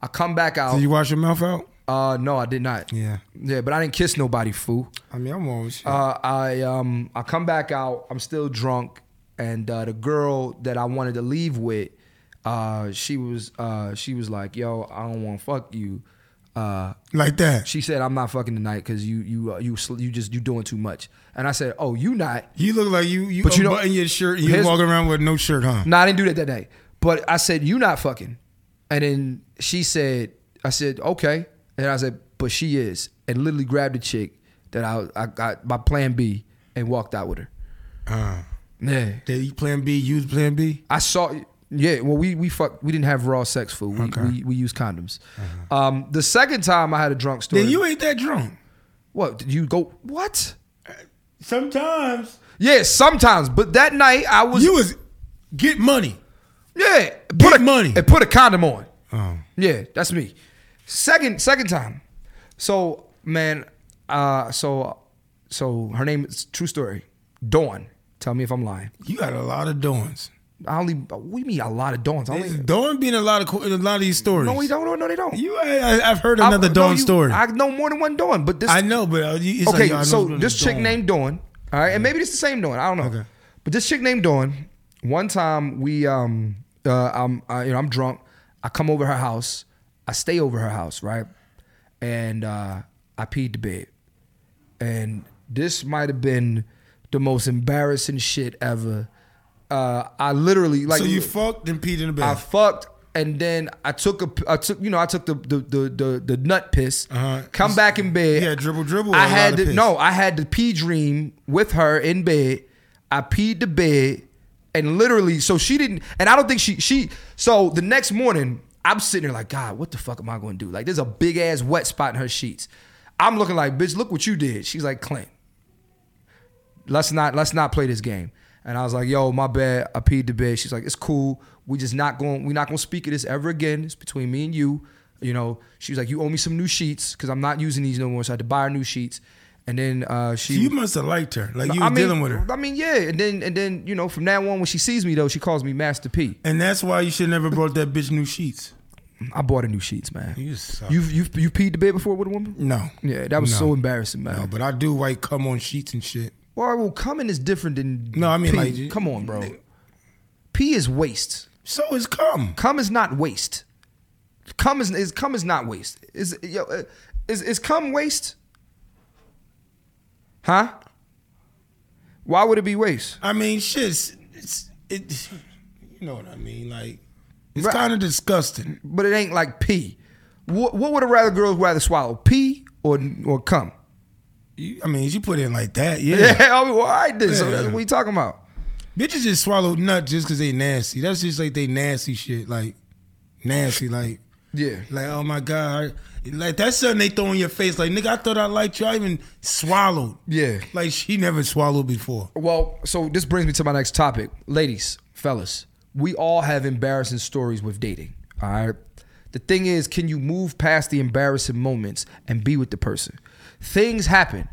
B: I come back out.
C: Did Mm. you wash your mouth out?
B: uh, no, I did not.
C: Yeah.
B: yeah, but I didn't kiss nobody, fool.
C: I mean, I'm always shit.
B: Uh, I um I come back out. I'm still drunk, and uh, the girl that I wanted to leave with, uh, she was uh she was like, "Yo, I don't want to fuck you." Uh,
C: like that.
B: she said, "I'm not fucking tonight because you you uh, you sl- you just you doing too much." And I said, "Oh, you not."
C: You look like you you
B: But you know-
C: unbutton your shirt and you
B: Here's-
C: walking around with no shirt, huh?
B: No, I didn't do that that day. But I said, "You not fucking," and then she said, "I said okay," and I said, "But she is," and literally grabbed a chick that I I got my plan B and walked out with her.
C: Uh,
B: Yeah.
C: they you plan B, you was plan B.
B: I saw. Yeah, well, we we fuck. We didn't have raw sex food. We we, we used condoms. Um, the second time I had a drunk story.
C: Uh-huh. Then you ain't that drunk.
B: what? Did you go? What?
C: Sometimes
B: Yeah, sometimes. But that night I was.
C: you was get money.
B: yeah,
C: Big
B: put a,
C: money.
B: And put a condom on.
C: Oh,
B: Yeah, that's me. Second second time. So man, uh, so so her name is true story. Dawn. Tell me if I'm lying.
C: you got a lot of doings.
B: I only we meet a lot of Dawns. I only,
C: Dawn being a lot of co- in a lot of these stories.
B: no, we don't. No, they don't.
C: You, I, I, I've heard
B: I-
C: another
B: no,
C: Dawn
B: you-
C: story.
B: I
C: I,
B: know more than one Dawn, but this
C: know, but uh, you- it's like,
B: okay,
C: yo, I know
B: so
C: it's
B: this chick
C: Dawn.
B: named Dawn, all right, and maybe it's the same Dawn. I don't know.
C: Okay.
B: But this chick named Dawn. One time we, um, uh, I'm, I, you know, I'm drunk. I come over her house. I stay over her house, right? And uh, I peed the bed. And this might have been the most embarrassing shit ever. Uh, I literally like
C: So you fucked and peed in the
B: I
C: bed.
B: fucked and then I took a I took you know I took the the the the, the nut piss.
C: Uh-huh.
B: Come back in bed.
C: Yeah, dribble, dribble, or
B: I
C: a
B: had
C: lot of
B: to,
C: piss?
B: no, I had the pee dream with her in bed. I peed the bed and literally so she didn't and I don't think she she so the next morning I'm sitting there like God, what the fuck am I going to do? Like there's a big ass wet spot in her sheets. I'm looking like bitch, look what you did. She's like Clint let's not let's not play this game. And I was like, yo, my bad. I peed the bed. She's like, it's cool. We just not going. We not going to speak of this ever again. It's between me and you. You know. She was like, you owe me some new sheets because I'm not using these no more. So I had to buy her new sheets. And then uh, she.
C: you must have liked her. Like you
B: I
C: was
B: mean,
C: dealing with her.
B: I mean, yeah. And then and then you know from now on when she sees me though, she calls me Master P.
C: And that's why you should never brought that bitch new sheets.
B: I bought her new sheets, man.
C: You suck.
B: You've you've you peed the bed before with a woman?
C: No.
B: Yeah, that was
C: No.
B: so embarrassing, man.
C: No, but I do white cum on sheets and shit.
B: well, well, coming is different than
C: No, I mean,
B: pee.
C: like, you-
B: come on, bro. Pee is waste.
C: So it's cum.
B: Cum is not waste. Cum is, is cum is not waste. Is yo uh, is is cum waste? Huh? Why would it be waste?
C: I mean, shit. It's, it's it. You know what I mean? Like it's
B: Right.
C: kind of disgusting.
B: But it ain't like pee. What, what would a rather girls rather swallow, pee or or cum?
C: You, I mean, you put it like that, yeah.
B: Yeah, I mean, well, all right then. So
C: Yeah.
B: that's what we talking about.
C: Bitches just swallow nut just because they nasty. That's just like they nasty shit. Like nasty. Like
B: Yeah.
C: like oh my god. Like that's something they throw in your face. Like nigga, I thought I liked you. I even swallowed.
B: Yeah.
C: Like she never swallowed before.
B: Well, so this brings me to my next topic. Ladies, fellas, we all have embarrassing stories with dating. All right. The thing is, can you move past the embarrassing moments and be with the person? Things happen.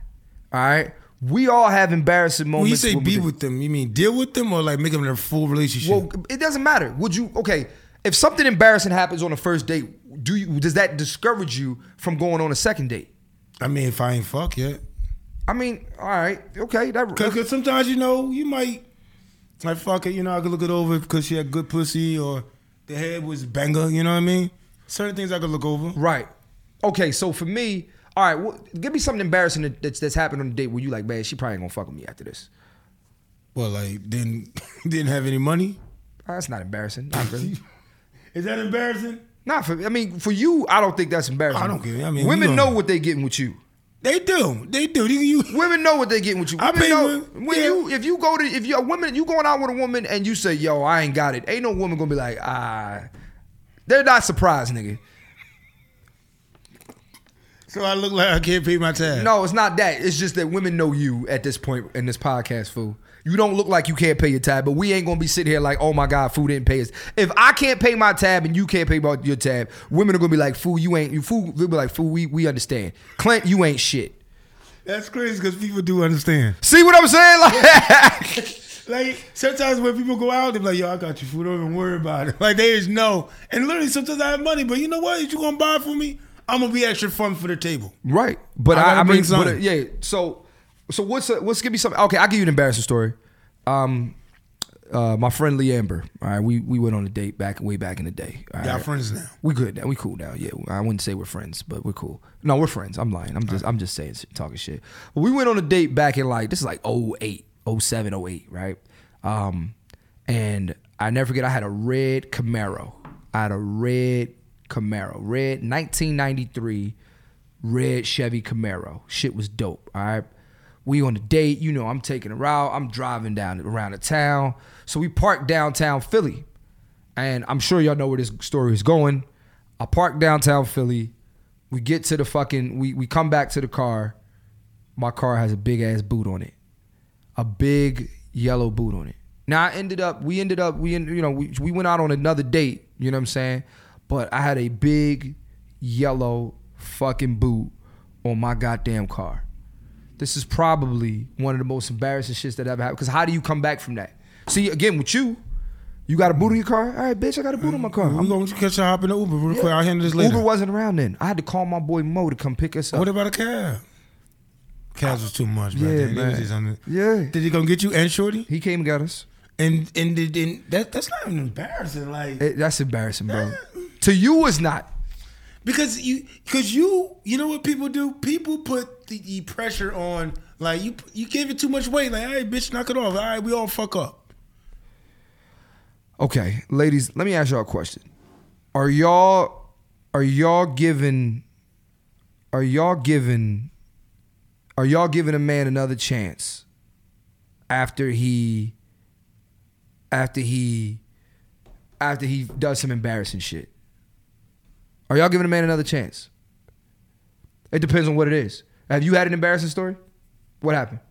B: All right. We all have embarrassing
C: When
B: moments.
C: you say
B: when we
C: be
B: date.
C: with them, you mean deal with them or like make them in a full relationship?
B: Well, it doesn't matter. Would you okay? If something embarrassing happens on the first date, do you does that discourage you from going on a second date?
C: I mean, if I ain't fuck yet.
B: I mean, all right, okay, that
C: Cause, 'cause sometimes you know you might like fuck it. You know I could look it over because she had good pussy or the head was banger. You know what I mean? Certain things I could look over.
B: Right. Okay, so for me, all right, well, give me something embarrassing that, that's, that's happened on the date where you like, man, she probably ain't gonna fuck with me after this.
C: Well, like didn't didn't have any money.
B: Ah, that's not embarrassing. Not really.
C: Is that embarrassing?
B: not for. I mean, for you, I don't think that's embarrassing.
C: I don't care. I mean,
B: women
C: you
B: know
C: don't-
B: what they getting with you.
C: They do. They do. You, you
B: Women know what they getting with you.
C: I
B: Women
C: mean,
B: know
C: when-
B: when
C: yeah.
B: you if you go to if you a woman you going out with a woman and you say yo I ain't got it. Ain't no woman gonna be like ah. They're not surprised, nigga.
C: so I look like I can't pay my tab.
B: No, it's not that. It's just that women know you at this point in this podcast, fool. You don't look like you can't pay your tab, but we ain't gonna be sitting here like, oh my god, fool didn't pay us. If I can't pay my tab and you can't pay my- your tab, women are gonna be like, fool, you ain't you fool. They'll be like, fool, we we understand. Clint, you ain't shit.
C: That's crazy because people do understand.
B: See what I'm saying? Like,
C: Like sometimes when people go out, they're like, "Yo, I got your food. Don't even worry about it." Like they just know. And literally, sometimes I have money, but you know what? If you gonna buy it for me, I'm gonna be extra fun for the table.
B: right? But
C: I
B: I,
C: gotta
B: I,
C: bring
B: mean, but, uh,
C: something.
B: yeah. So, so what's a, what's give me something? Okay, I'll give you an embarrassing story. Um, uh, my friend Lee Amber. All right, we we went on a date back way back in the day. all
C: Y'all
B: right?
C: friends now.
B: We good now. We cool now. Yeah, I wouldn't say we're friends, but we're cool. No, we're friends. I'm lying. I'm just I'm just saying shit, talking shit. We went on a date back in like this is like 08, 07, 08, right? Um, and I never forget. I had a red Camaro. I had a red Camaro, red 1993 red Chevy Camaro. Shit was dope. All right. We on a date, you know, I'm taking her out. I'm driving down around the town. So we parked downtown Philly. And I'm sure y'all know where this story is going. I park downtown Philly. We get to the fucking we we come back to the car. My car has a big ass boot on it. A big yellow boot on it. Now I ended up we ended up we en- you know we, we went out on another date, you know what I'm saying? But I had a big yellow fucking boot on my goddamn car. This is probably one of the most embarrassing shits that ever happened. Because how do you come back from that? See, again, with you, you got a boot on your car? All right, bitch, I got a boot on my car.
C: I'm
B: Uh, I'm-
C: gonna catch a hop in the Uber real quick. I'll handle this later.
B: Uber wasn't around then. I had to call my boy Mo to come pick us up.
C: What about a cab? Cabs was too much, man.
B: Yeah,
C: They- they was
B: man.
C: just on the-
B: Yeah.
C: Did he gonna get you and Shorty?
B: He came and got us.
C: And and, did- and that that's not even embarrassing, like
B: Eh, that's embarrassing, bro. to you, it's not.
C: because you because you you know what people do? People put the, the pressure on like you you gave it too much weight. Like, hey, bitch, knock it off. All right, we all fuck up.
B: Okay, ladies, let me ask y'all a question. Are y'all are y'all giving are y'all giving are y'all giving a man another chance after he after he after he does some embarrassing shit? Are y'all giving a man another chance? It depends on what it is. Have you had an embarrassing story? What happened?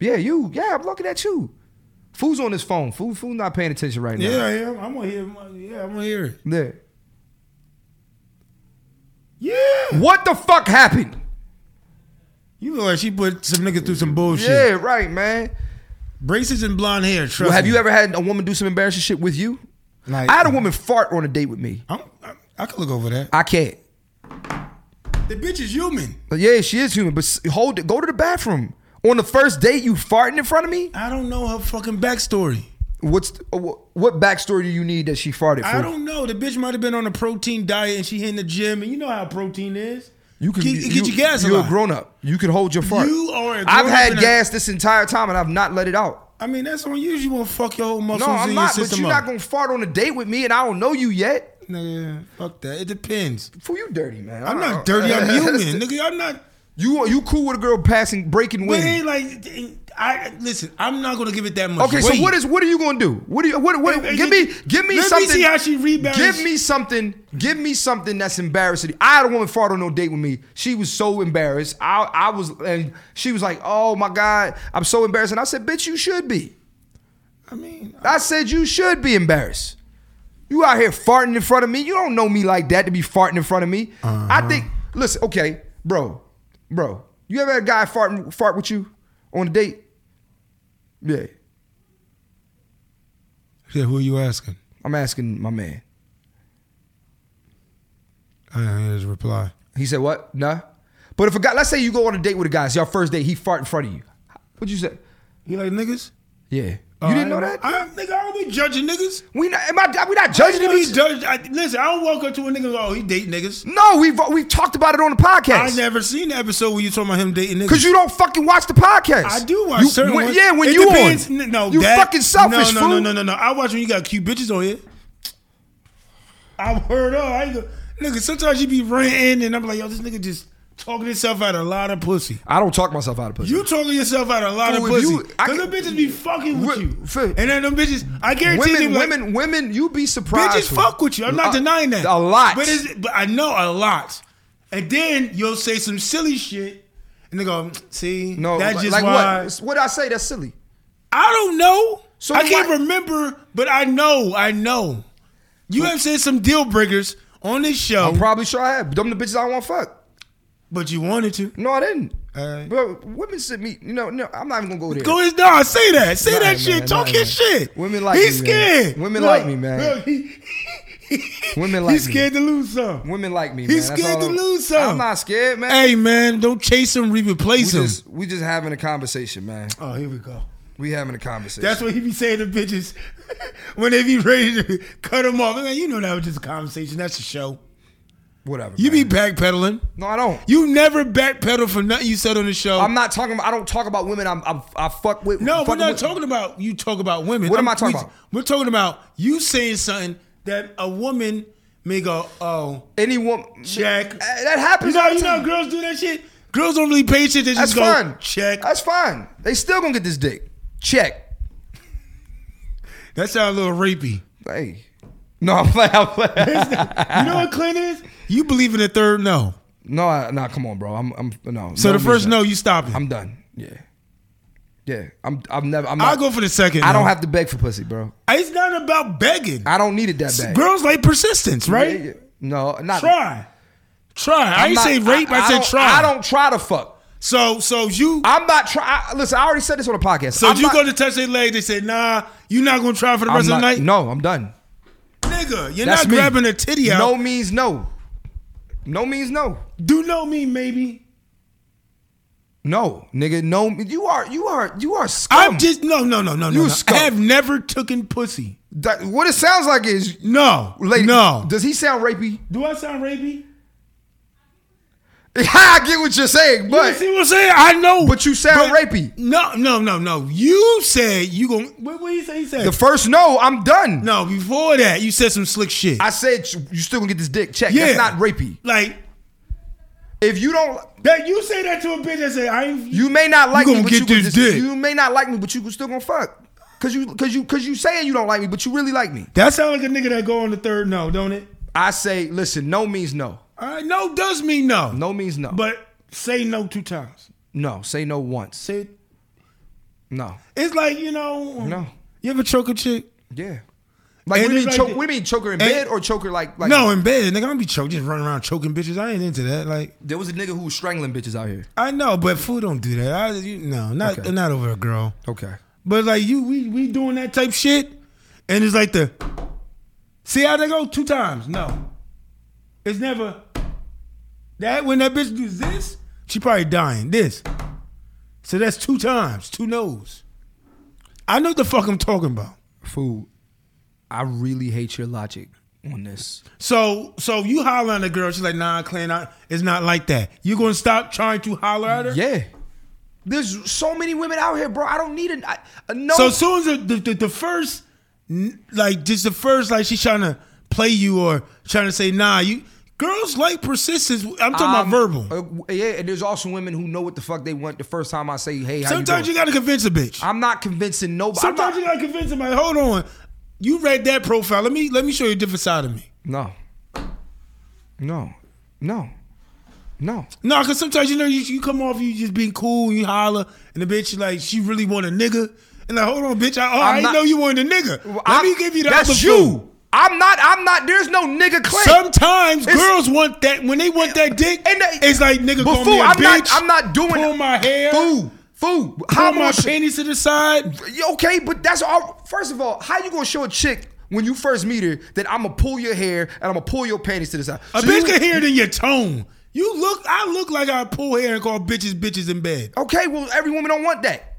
B: Yeah, you. Yeah, I'm looking at you. Fool's on his phone. Fool, fool not paying attention right now.
C: Yeah, I am. I'm gonna hear. my- Yeah, I'm gonna hear it.
B: Yeah.
C: Yeah.
B: What the fuck happened?
C: You look like she put some niggas through some bullshit.
B: Yeah, right, man.
C: Braces and blonde hair. Trust
B: Well, have
C: me.
B: you ever had a woman do some embarrassing shit with you?
C: Like-
B: I had a woman fart on a date with me.
C: I'm, I'm, I could look over that.
B: I can't.
C: The bitch is human.
B: But yeah, she is human, but s- hold it. Go to the bathroom. On the first date, you farting in front of me?
C: I don't know her fucking backstory.
B: What's uh, wh- what backstory do you need that she farted for?
C: I don't know. The bitch might have been on a protein diet and she hit in the gym, and you know how protein is.
B: You can
C: get,
B: you,
C: get your gas a
B: You're
C: lot.
B: a grown up. You can hold your fart.
C: You are a
B: I've
C: grown-up
B: had
C: and a-
B: gas this entire time and I've not let it out.
C: I mean, that's on you. You want to fuck your whole
B: No,
C: muscles in
B: I'm
C: your
B: not. But
C: system
B: you're
C: up.
B: not gonna fart on a date with me and I don't know you yet.
C: Nigga, fuck that. It depends.
B: Fool, you dirty man.
C: I'm
B: I
C: not
B: don't-
C: dirty. I'm human, nigga. I'm not.
B: You you cool with a girl passing breaking
C: But it
B: wind?
C: ain't like I listen. I'm not gonna give it that much.
B: Okay, so
C: weight.
B: what is what are you gonna do? What do you what what?
C: Hey, hey,
B: give
C: you-
B: me give me
C: let me
B: something.
C: see how she rebounds.
B: Give me something. Give me something that's embarrassing. I had a woman fart on no date with me. She was so embarrassed. I I was and she was like, oh my god, I'm so embarrassed. And I said, bitch, you should be.
C: I mean,
B: I said you should be embarrassed. You out here farting in front of me. You don't know me like that to be farting in front of me.
C: Uh-huh.
B: I think. Listen, okay, bro, bro. You ever had a guy fart fart with you on a date? Yeah,
C: yeah. Who are you asking?
B: I'm asking my man.
C: I didn't hear his reply.
B: He said what? Nah. But if a guy, let's say you go on a date with a guy, it's your first date, he fart in front of you. What'd you say?
C: You like niggas?
B: Yeah. You didn't know that?
C: Uh, I, nigga, I don't be judging niggas.
B: we not, am I, we not judging
C: Nigga be
B: these.
C: judged. I, listen, I don't walk up to a nigga. and go, Oh, he date niggas.
B: No, we've we've talked about it on the
C: I
B: podcast.
C: never seen the episode where you talking about him dating niggas.
B: Cause you don't fucking watch the podcast.
C: I do watch
B: You-
C: certain
B: when-
C: ones.
B: Yeah, when
C: It
B: you
C: depends.
B: on,
C: N- no,
B: you
C: that-
B: fucking selfish
C: no, no,
B: fool.
C: No, no, no, no, I watch when you got cute bitches on here. I heard up. I ain't go, nigga, sometimes you be ranting and I'm like, yo, this nigga just talking himself out of a lot of pussy.
B: I don't talk myself out of pussy.
C: You talking yourself out of a lot
B: Fool,
C: of
B: if
C: pussy.
B: you- I
C: Cause
B: can-
C: them bitches be fucking with
B: Wh-
C: you.
B: Phil,
C: and then them bitches, I guarantee
B: women,
C: them, like,
B: women, women. You be surprised.
C: bitches
B: fool.
C: fuck with you. I'm not
B: A-
C: denying that.
B: A lot.
C: But, it's, but I know a lot. And then you'll say some silly shit and they go, see,
B: no,
C: that's just
B: like
C: why.
B: what? What did I say? That's silly.
C: I don't know.
B: So
C: I can't
B: why-
C: remember, but I know, I know. You have said some deal breakers on this show,
B: I'm probably sure I have. Them the bitches I want to fuck.
C: but you wanted to.
B: No, I didn't.
C: Alright.
B: Bro, women sit me. You know, no, I'm not even gonna go there.
C: Go ahead, nah, say that, say
B: Nah,
C: that
B: man,
C: shit,
B: nah,
C: talk his
B: man.
C: shit.
B: Women like
C: he's
B: me, man.
C: scared.
B: Women like me, man.
C: look, he-
B: Women like
C: he's
B: me.
C: scared to lose some.
B: Women like me.
C: He's
B: man. That's
C: scared
B: all
C: to
B: I'm-
C: lose some.
B: I'm not scared, man.
C: Hey man, don't chase him, re-
B: we
C: replace him.
B: just we just having a conversation, man.
C: oh, here we go.
B: We having a conversation.
C: That's what he be saying to bitches when they be ready to cut him off. Man, you know that was just a conversation. That's a show.
B: whatever.
C: You be
B: man.
C: backpedaling.
B: no, I don't.
C: You never backpedal for nothing you said on the show.
B: I'm not talking. About, I don't talk about women. I'm, I'm I fuck with.
C: No,
B: fuck
C: we're not
B: with-
C: talking about you talk about women.
B: What am I talking
C: we-
B: about?
C: We're talking about you saying something that a woman may go, oh,
B: any woman.
C: check.
B: Eh, That happens.
C: You know,
B: all the
C: you know
B: time.
C: how girls do that shit? Girls don't really pay shit. They
B: That's
C: just go,
B: fine.
C: check.
B: That's fine. They still gonna get this dick. Check.
C: That sounds a little rapey.
B: Hey. No, I'm playing. I'm playing.
C: you know what Clint is? You believe in the third no.
B: no, I, nah. Come on, bro. I'm. I'm. No.
C: So the
B: means
C: first no,
B: nothing.
C: you stop it.
B: I'm done. Yeah. Yeah. I'm. I'm never. I'm not,
C: I'll go for the second.
B: I
C: no.
B: don't have to beg for pussy, bro.
C: It's not about begging.
B: I don't need it that bad.
C: Girls like persistence, right?
B: Yeah, yeah. No, not
C: Try. Try. I
B: I'm
C: ain't
B: not-
C: say rape. I, said
B: don't-
C: try.
B: I don't try to fuck.
C: So, so you.
B: I'm not try. I- Listen, I already said this on the podcast.
C: So
B: I'm
C: you
B: not,
C: go to touch their leg, they say, nah, you not gonna try for the
B: I'm
C: rest
B: not-
C: of the night?
B: No, I'm done.
C: Nigga, you're
B: That's
C: not
B: me.
C: grabbing a titty out.
B: No means no. No means no.
C: Do know me, maybe.
B: No, nigga. No, you are you are you are scum.
C: I'm just no no no no
B: You
C: no. no. I
B: scum.
C: have never taken pussy.
B: That- what it sounds like is,
C: No.
B: lady.
C: No.
B: Does he sound rapey?
C: Do I sound rapey?
B: I get what you're saying,
C: But,
B: but
C: see what I'm saying? I know.
B: But you sound rapey.
C: No, no, no, no. You said you gon' what what you say you said?
B: the first no, I'm done.
C: no, before that, you said some slick shit.
B: I said you you still gonna get this dick check.
C: Yeah.
B: That's not rapey.
C: like
B: If you don't,
C: that you say that to a bitch and say, I ain't
B: you may not like
C: gonna
B: me, but
C: get
B: you
C: this
B: could just-
C: dick.
B: You may not like me, but you still gonna fuck. Cause you, cause you, cause you saying you don't like me, but you really like me.
C: That sound like a nigga that go on the third no, don't it?
B: I say, listen, no means no.
C: Alright, no does mean no.
B: No means no.
C: But say no two times.
B: no, say no once.
C: Say
B: No,
C: it's like you know.
B: No.
C: You ever choke a chick?
B: yeah. Like
C: And
B: we mean,
C: it's like
B: choke,
C: the-
B: we mean choker in
C: and-
B: bed or choker like like.
C: No, in bed, nigga. I don't be choking, just running around choking bitches. I ain't into that. Like
B: there was a nigga who was strangling bitches out here.
C: I know, but food don't do that. I you, no, not
B: Okay.
C: not over a girl.
B: Okay.
C: But like you, we we doing that type shit, and it's like the see how they go two times. No, it's never that when that bitch does this, she probably dying. This, so that's two times, two no's. I know what the fuck I'm talking about.
B: Food. I really hate your logic on this.
C: So so you holler at a girl, she's like, nah, Clan, I, it's not like that. You gonna stop trying to holler at her?
B: Yeah. There's so many women out here, bro. I don't need a, I- a no.
C: So as soon as the, the, the first, n- like just the first, like she's trying to play you or trying to say, nah, you girls like persistence. I'm talking about
B: Um,
C: verbal.
B: uh, yeah, and there's also women who know what the fuck they want the first time I say, hey, how
C: Sometimes
B: you,
C: you,
B: doing?
C: gotta convince a bitch.
B: I'm not convincing nobody. I'm
C: Sometimes
B: not-
C: you gotta convince them. Like, hold on, you read that profile. Let me let me show you a different side of me.
B: No. No. No. No.
C: No, cause sometimes you know you, you come off you just being cool, you holler, and the bitch like she really want a nigga, and like hold on, bitch, I, oh, I
B: I'm
C: ain't
B: not-
C: know you wanted a nigga. Let
B: I'm-
C: me give you the
B: That's
C: other
B: you.
C: food.
B: I'm not. I'm not. There's no nigga claim.
C: Sometimes
B: It's-
C: girls want that when they want that dick.
B: And they-
C: it's like nigga,
B: but
C: call
B: fool,
C: me a
B: I'm
C: bitch.
B: not. I'm not doing.
C: Pull my hair.
B: Fool. Fool.
C: Pull
B: How am I
C: my
B: gonna sh-
C: panties to the side.
B: Okay, but that's all. First of all, how you gonna show a chick when you first meet her that I'm gonna pull your hair and I'm gonna pull your panties to the side?
C: A
B: So
C: bitch
B: you-
C: can hear it in your tone. You look. I look like I pull hair and call bitches bitches in bed.
B: Okay, well, every woman don't want that.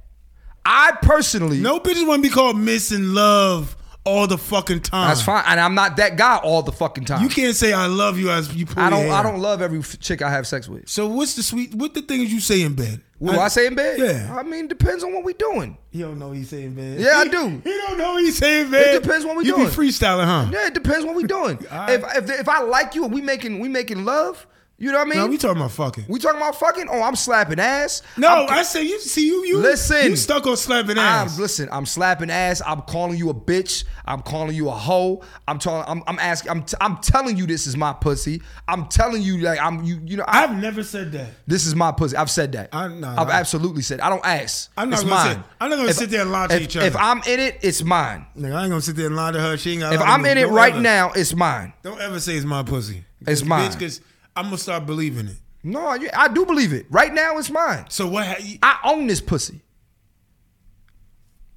B: I personally,
C: No bitches want to be called Miss and Love all the fucking time.
B: that's fine, and I'm not that guy all the fucking time.
C: You can't say I love you as you pull
B: I don't.
C: your hair
B: I
C: out.
B: don't love every f- chick I have sex with.
C: So what's the sweet? What the things you say in bed?
B: What do I say in bed?
C: Yeah.
B: I mean, depends on what we doing.
C: He don't know what he's saying, man.
B: Yeah, I
C: He-
B: do.
C: He don't know what he's saying, man.
B: depends what we
C: you
B: doing.
C: be freestyling, huh?
B: Yeah, it depends what we doing. if,
C: All right.
B: if if I like you, and we making we making love. You know what I mean?
C: No, we talking about fucking.
B: We talking about fucking? Oh, I'm slapping ass.
C: no,
B: I'm,
C: i say you see you you
B: Listen.
C: You stuck on slapping
B: I'm-
C: ass.
B: listen. I'm slapping ass. I'm calling you a bitch. I'm calling you a hoe. I'm telling. I'm, I'm asking. I'm, t- I'm telling you this is my pussy. I'm telling you like I'm you. You know I,
C: I've never said that.
B: this is my pussy. I've said that.
C: I- nah,
B: have
C: nah.
B: absolutely said. I don't ask.
C: I'm not
B: It's
C: gonna
B: mine.
C: sit- I'm not gonna
B: If-
C: sit there and lie to
B: if-
C: each other.
B: If I'm in it, it's mine.
C: Nigga, I ain't gonna sit there and lie to her. She ain't got.
B: If I'm in it right now, it's mine.
C: don't ever say it's my pussy.
B: It's mine.
C: Because I'm gonna start believing it.
B: No, you- I do believe it. Right now, it's mine.
C: So what? Ha- you-
B: I own this pussy.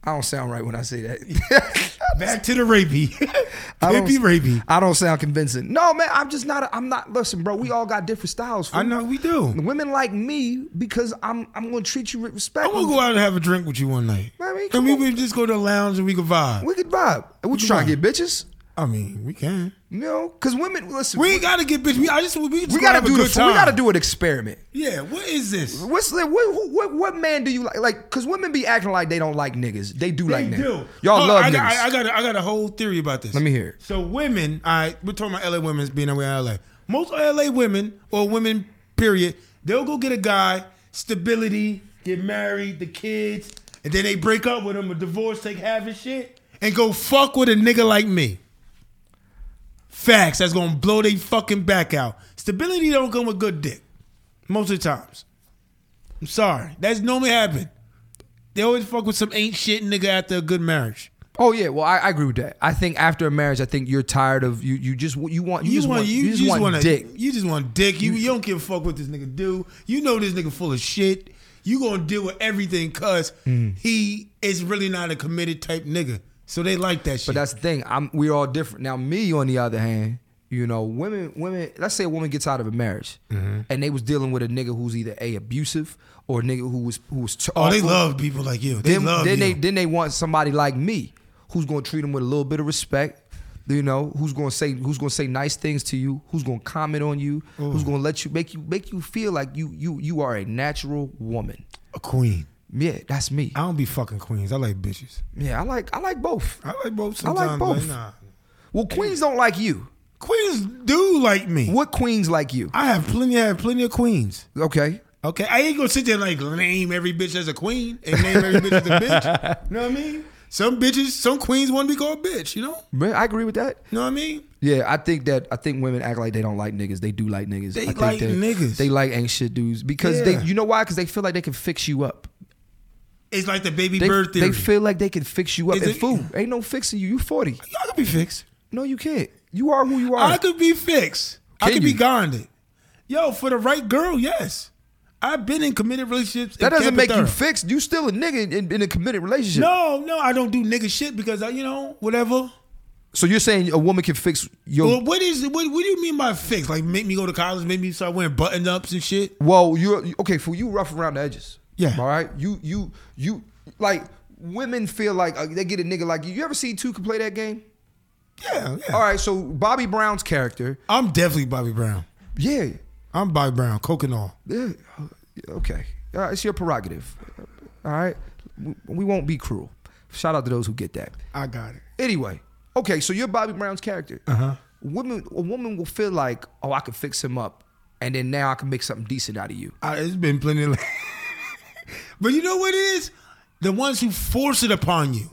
B: I don't sound right when I say that.
C: back to the rapey.
B: I don't-
C: Hippie rapey.
B: I don't sound convincing. No, man, I'm just not. A, I'm not. Listen, bro, we all got different styles. fool.
C: I know we do.
B: Women like me because I'm. I'm gonna treat you with respect.
C: I'm gonna go out and have a drink with you one night.
B: I mean, come
C: and we
B: on.
C: would just go to the lounge and we could vibe.
B: We could vibe. What you trying to get, bitches?
C: I mean, we can.
B: You know, because women. Listen,
C: We ain't gotta get bitch. We I just we just
B: we gotta
C: have a
B: do the.
C: good
B: We
C: time.
B: gotta do an experiment.
C: Yeah, what is this?
B: What's the, what, what what man do you like? Like, cause women be acting like they don't like niggas. They do like
C: They
B: niggas.
C: do.
B: Y'all
C: Oh,
B: love
C: I
B: niggas.
C: got, I, I got a, I got a whole theory about this.
B: Let me hear it.
C: So women, all right, we're talking about LA women's being away in LA. Most LA women or women, period, they'll go get a guy, stability, get married, the kids, and then they break up with him, a divorce, take half his shit, and go fuck with a nigga like me. Facts. That's gonna blow they fucking back out. Stability don't come with good dick. Most of the times. I'm sorry. That's normally happened. They always fuck with some ain't shit nigga after a good marriage.
B: Oh yeah, well I, I agree with that. I think after a marriage, I think you're tired of you. You just you want you, just want, you, just, want,
C: wanna-
B: dick.
C: You just want dick. You, you don't give a fuck what this nigga do. You know this nigga full of shit. You gonna deal with everything cause
B: Mm.
C: he is really not a committed type nigga. So they like that shit.
B: But that's the thing. I'm we're all different. Now me on the other hand, you know, women women. Let's say a woman gets out of a marriage, and they was dealing with a nigga who's either a abusive or a nigga who was who was. T-
C: oh, they
B: awful.
C: love people like you. They
B: Then
C: love
B: then
C: you.
B: they then they want somebody like me who's gonna treat them with a little bit of respect. You know who's gonna say who's gonna say nice things to you, who's gonna comment on you, who's gonna let you make you make you feel like you you you are a natural woman.
C: a queen.
B: Yeah, that's me.
C: I don't be fucking queens. I like bitches.
B: Yeah, I like I like both.
C: I like both
B: I like
C: sometimes.
B: both.
C: but nah.
B: Well, queens don't like you.
C: Queens do like me.
B: What queens like you?
C: I have plenty. I have plenty of queens.
B: Okay.
C: Okay, I ain't gonna sit there and like name every bitch as a queen and name every bitch as a bitch. You know what I mean? Some bitches, some queens want to be called bitch. You know?
B: Man, I agree with that.
C: You know what I mean?
B: Yeah, I think that I think women act like they don't like niggas. They do like niggas.
C: They
B: I think
C: like
B: that
C: niggas.
B: They like ain't shit dudes because they
C: Yeah.
B: you know why? Because they feel like they can fix you up.
C: It's like the baby
B: They,
C: bird theory.
B: they feel like they can fix you up.
C: Is
B: and
C: it-
B: food ain't no fixing you. You forty.
C: I could be fixed.
B: No, you can't. You are who you are.
C: I could be fixed. I
B: Can
C: could
B: you?
C: be gonded. Yo, for the right girl, yes. I've been in committed relationships.
B: that
C: and
B: doesn't
C: kept
B: make
C: it
B: you
C: thorough.
B: fixed. You still a nigga in, in a committed relationship.
C: No, no, I don't do nigga shit because I, you know, whatever.
B: So you're saying a woman can fix your
C: Well, what is what? What do you mean by fixed? Like make me go to college, make me start wearing button ups and shit.
B: Well, you're okay for you rough around the edges.
C: Yeah.
B: All right. You you you like women feel like uh, they get a nigga like you. You ever see two can play that game?
C: Yeah, yeah.
B: All right. So Bobby Brown's character.
C: I'm definitely Bobby Brown.
B: Yeah.
C: I'm Bobby Brown, coke and all.
B: Yeah. uh, Okay. All right, it's your prerogative. All right. We, we won't be cruel. Shout out to those who get that.
C: I got it.
B: Anyway. Okay. So you're Bobby Brown's character. Uh
C: Uh-huh.
B: huh. Women, a woman will feel like, oh, I can fix him up, and then now I can make something decent out of you.
C: I, it's been plenty of. but you know what it is? The ones who force it upon you.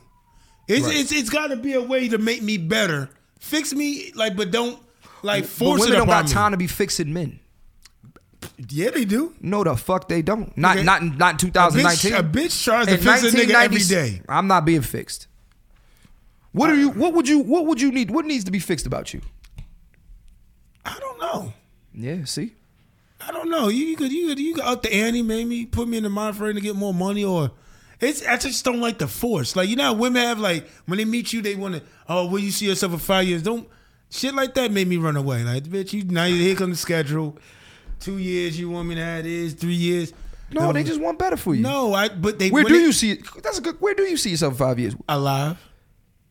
C: It's
B: Right.
C: it's, it's got to be a way to make me better. Fix me, like, but don't like force
B: but women
C: it
B: don't
C: upon
B: got
C: me.
B: time to be fixing men.
C: Yeah, they do.
B: No, the fuck they don't. Not
C: Okay.
B: not not in
C: A bitch,
B: 2019.
C: a bitch tries to fix a nigga every day.
B: I'm not being fixed. What are you? What would you? What would you need? What needs to be fixed about you?
C: I don't know.
B: Yeah. See.
C: I don't know. You, you could you could you could up the ante, maybe put me in the mind frame to get more money, or it's I just don't like the force. Like you know, how women have like when they meet you, they want to. Oh, will you see yourself in five years? Don't shit like that made me run away. Like bitch, you now you here come the schedule. Two years you want me to have this, three years.
B: No, they just want better for you.
C: No, I. But they.
B: Where
C: when
B: do
C: they-
B: you see? That's a good. Where do you see yourself in five years?
C: alive?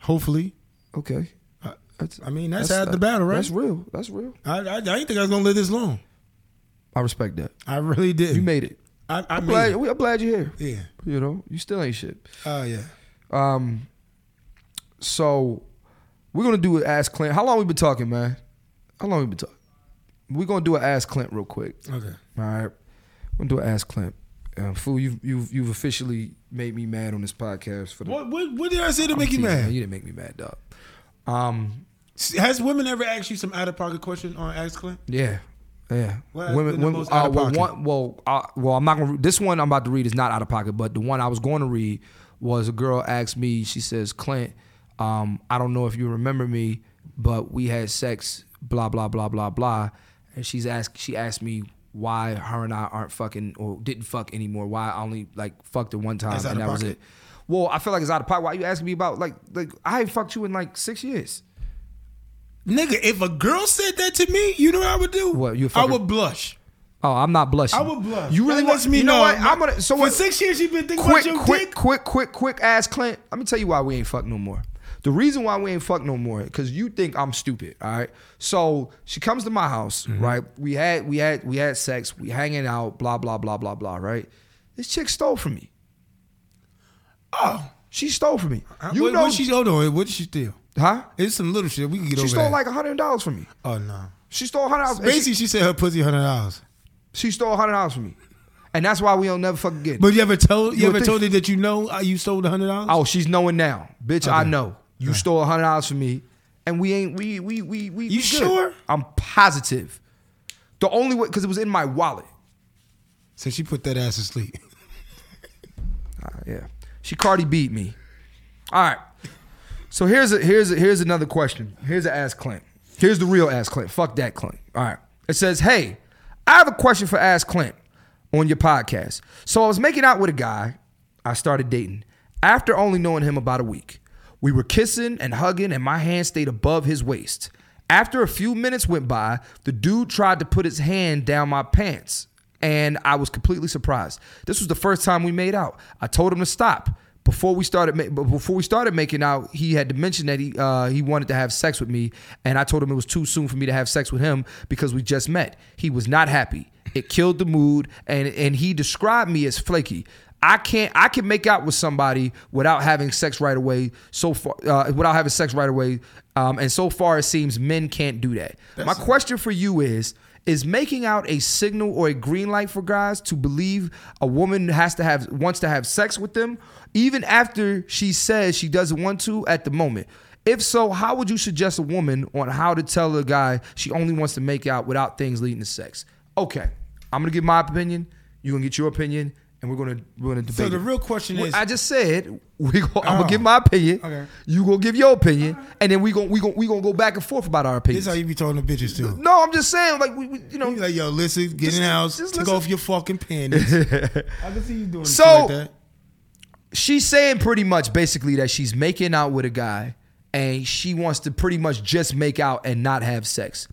C: Hopefully.
B: Okay.
C: I,
B: That's,
C: Uh, I mean, that's, half the battle, right?
B: That's real. That's real.
C: I, I, I didn't think I was gonna live this long.
B: I respect that.
C: I really did.
B: You made it.
C: I, I
B: I'm
C: made
B: glad.
C: it.
B: I'm glad you're here.
C: Yeah.
B: You know, you still ain't shit.
C: Oh yeah.
B: Um. So we're gonna do an ask Clint. How long we been talking, man? How long we been talking? We're gonna do an ask Clint real quick.
C: Okay.
B: All right, we're gonna do an ask Clint. Um, fool, you've you've you've officially made me mad on this podcast for the.
C: What what, what did I say to make you
B: Yeah,
C: mad?
B: You didn't make me mad, dog. Um.
C: Has women ever asked you some out of pocket question on Ask Clint?
B: Yeah. Yeah.
C: What has been the most
B: uh,
C: out of
B: well,
C: pocket?
B: one, well, uh, well, I'm not gonna. re- This one I'm about to read is not out of pocket, but the one I was going to read was a girl asked me. She says, "Clint, um, I don't know if you remember me, but we had sex. Blah blah blah blah blah." And she's asked. She asked me why her and I aren't fucking or didn't fuck anymore. Why I only like fucked her one time
C: That's out
B: and
C: of
B: that was
C: pocket.
B: it. Well, I feel like it's out of pocket. Why you asking me about like like I ain't fucked you in like six years?
C: Nigga, if a girl said that to me, you know what I would do?
B: What, you a
C: I
B: fucker?
C: would blush.
B: Oh, I'm not blushing.
C: I would blush.
B: You really
C: That
B: want
C: lets me
B: you know?
C: know
B: what?
C: I'm not-
B: I'm gonna. So
C: For
B: what?
C: six years, you've been thinking
B: quick,
C: about your
B: quick,
C: dick.
B: quick, quick, quick, ass Clint. Let me tell you why we ain't fuck no more. The reason why we ain't fuck no more, cause you think I'm stupid, all right? So she comes to my house, right? We had we had we had sex, we hanging out, blah, blah, blah, blah, blah, right? This chick stole from me.
C: Oh,
B: She stole from me. You
C: what,
B: know
C: what she? Hold on, what did she steal?
B: Huh?
C: It's some little shit. We can get
B: She
C: over.
B: stole
C: that.
B: like hundred dollars from me.
C: Oh no.
B: She stole hundred dollars.
C: Basically,
B: She,
C: she said her pussy hundred dollars.
B: she stole hundred dollars from me. And that's why we don't never fuck again.
C: But you ever told you,
B: You would
C: ever
B: think-
C: told her that you know uh, you stole the hundred dollars?
B: oh, she's knowing now. Bitch, I
C: Okay.
B: know. You
C: Okay.
B: stole hundred dollars from me. And we ain't we we we we
C: You
B: we good.
C: sure?
B: I'm positive. The only way, because it was in my wallet.
C: So she put that ass to sleep.
B: Ah, yeah, she Cardi beat me. All right. So here's a here's a, here's another question. Here's an ask Clint. Here's the real ask Clint. Fuck that Clint. All right. It says, "Hey, I have a question for Ask Clint on your podcast." So I was making out with a guy I started dating after only knowing him about a week. We were kissing and hugging, and my hand stayed above his waist. After a few minutes went by, the dude tried to put his hand down my pants, and I was completely surprised. This was the first time we made out. I told him to stop before we started ma- but before we started making out he had to mention that he uh, he wanted to have sex with me and i told him it was too soon for me to have sex with him because we just met he was not happy it killed the mood and and he described me as flaky i can't i can make out with somebody without having sex right away so far uh, without having sex right away um, and so far it seems men can't do that my question for you is is making out a signal or a green light for guys to believe a woman has to have wants to have sex with them even after she says she doesn't want to at the moment if so how would you suggest a woman on how to tell a guy she only wants to make out without things leading to sex okay i'm gonna give my opinion you're gonna get your opinion and we're gonna we're gonna debate
C: So the
B: it.
C: real question
B: Well,
C: is,
B: I just said we go, I'm
C: Oh.
B: gonna give my opinion.
C: Okay.
B: You gonna give your opinion, and then we gonna we gonna we gonna go back and forth about our
C: this
B: opinions.
C: is how you be talking to bitches too.
B: no, I'm just saying like we, we you know
C: You be like, yo, listen, get in the house,
B: just
C: take
B: listen.
C: off your fucking panties. I can see you doing
B: So-
C: shit like that.
B: she's saying pretty much basically that she's making out with a guy and she wants to pretty much just make out and not have sex.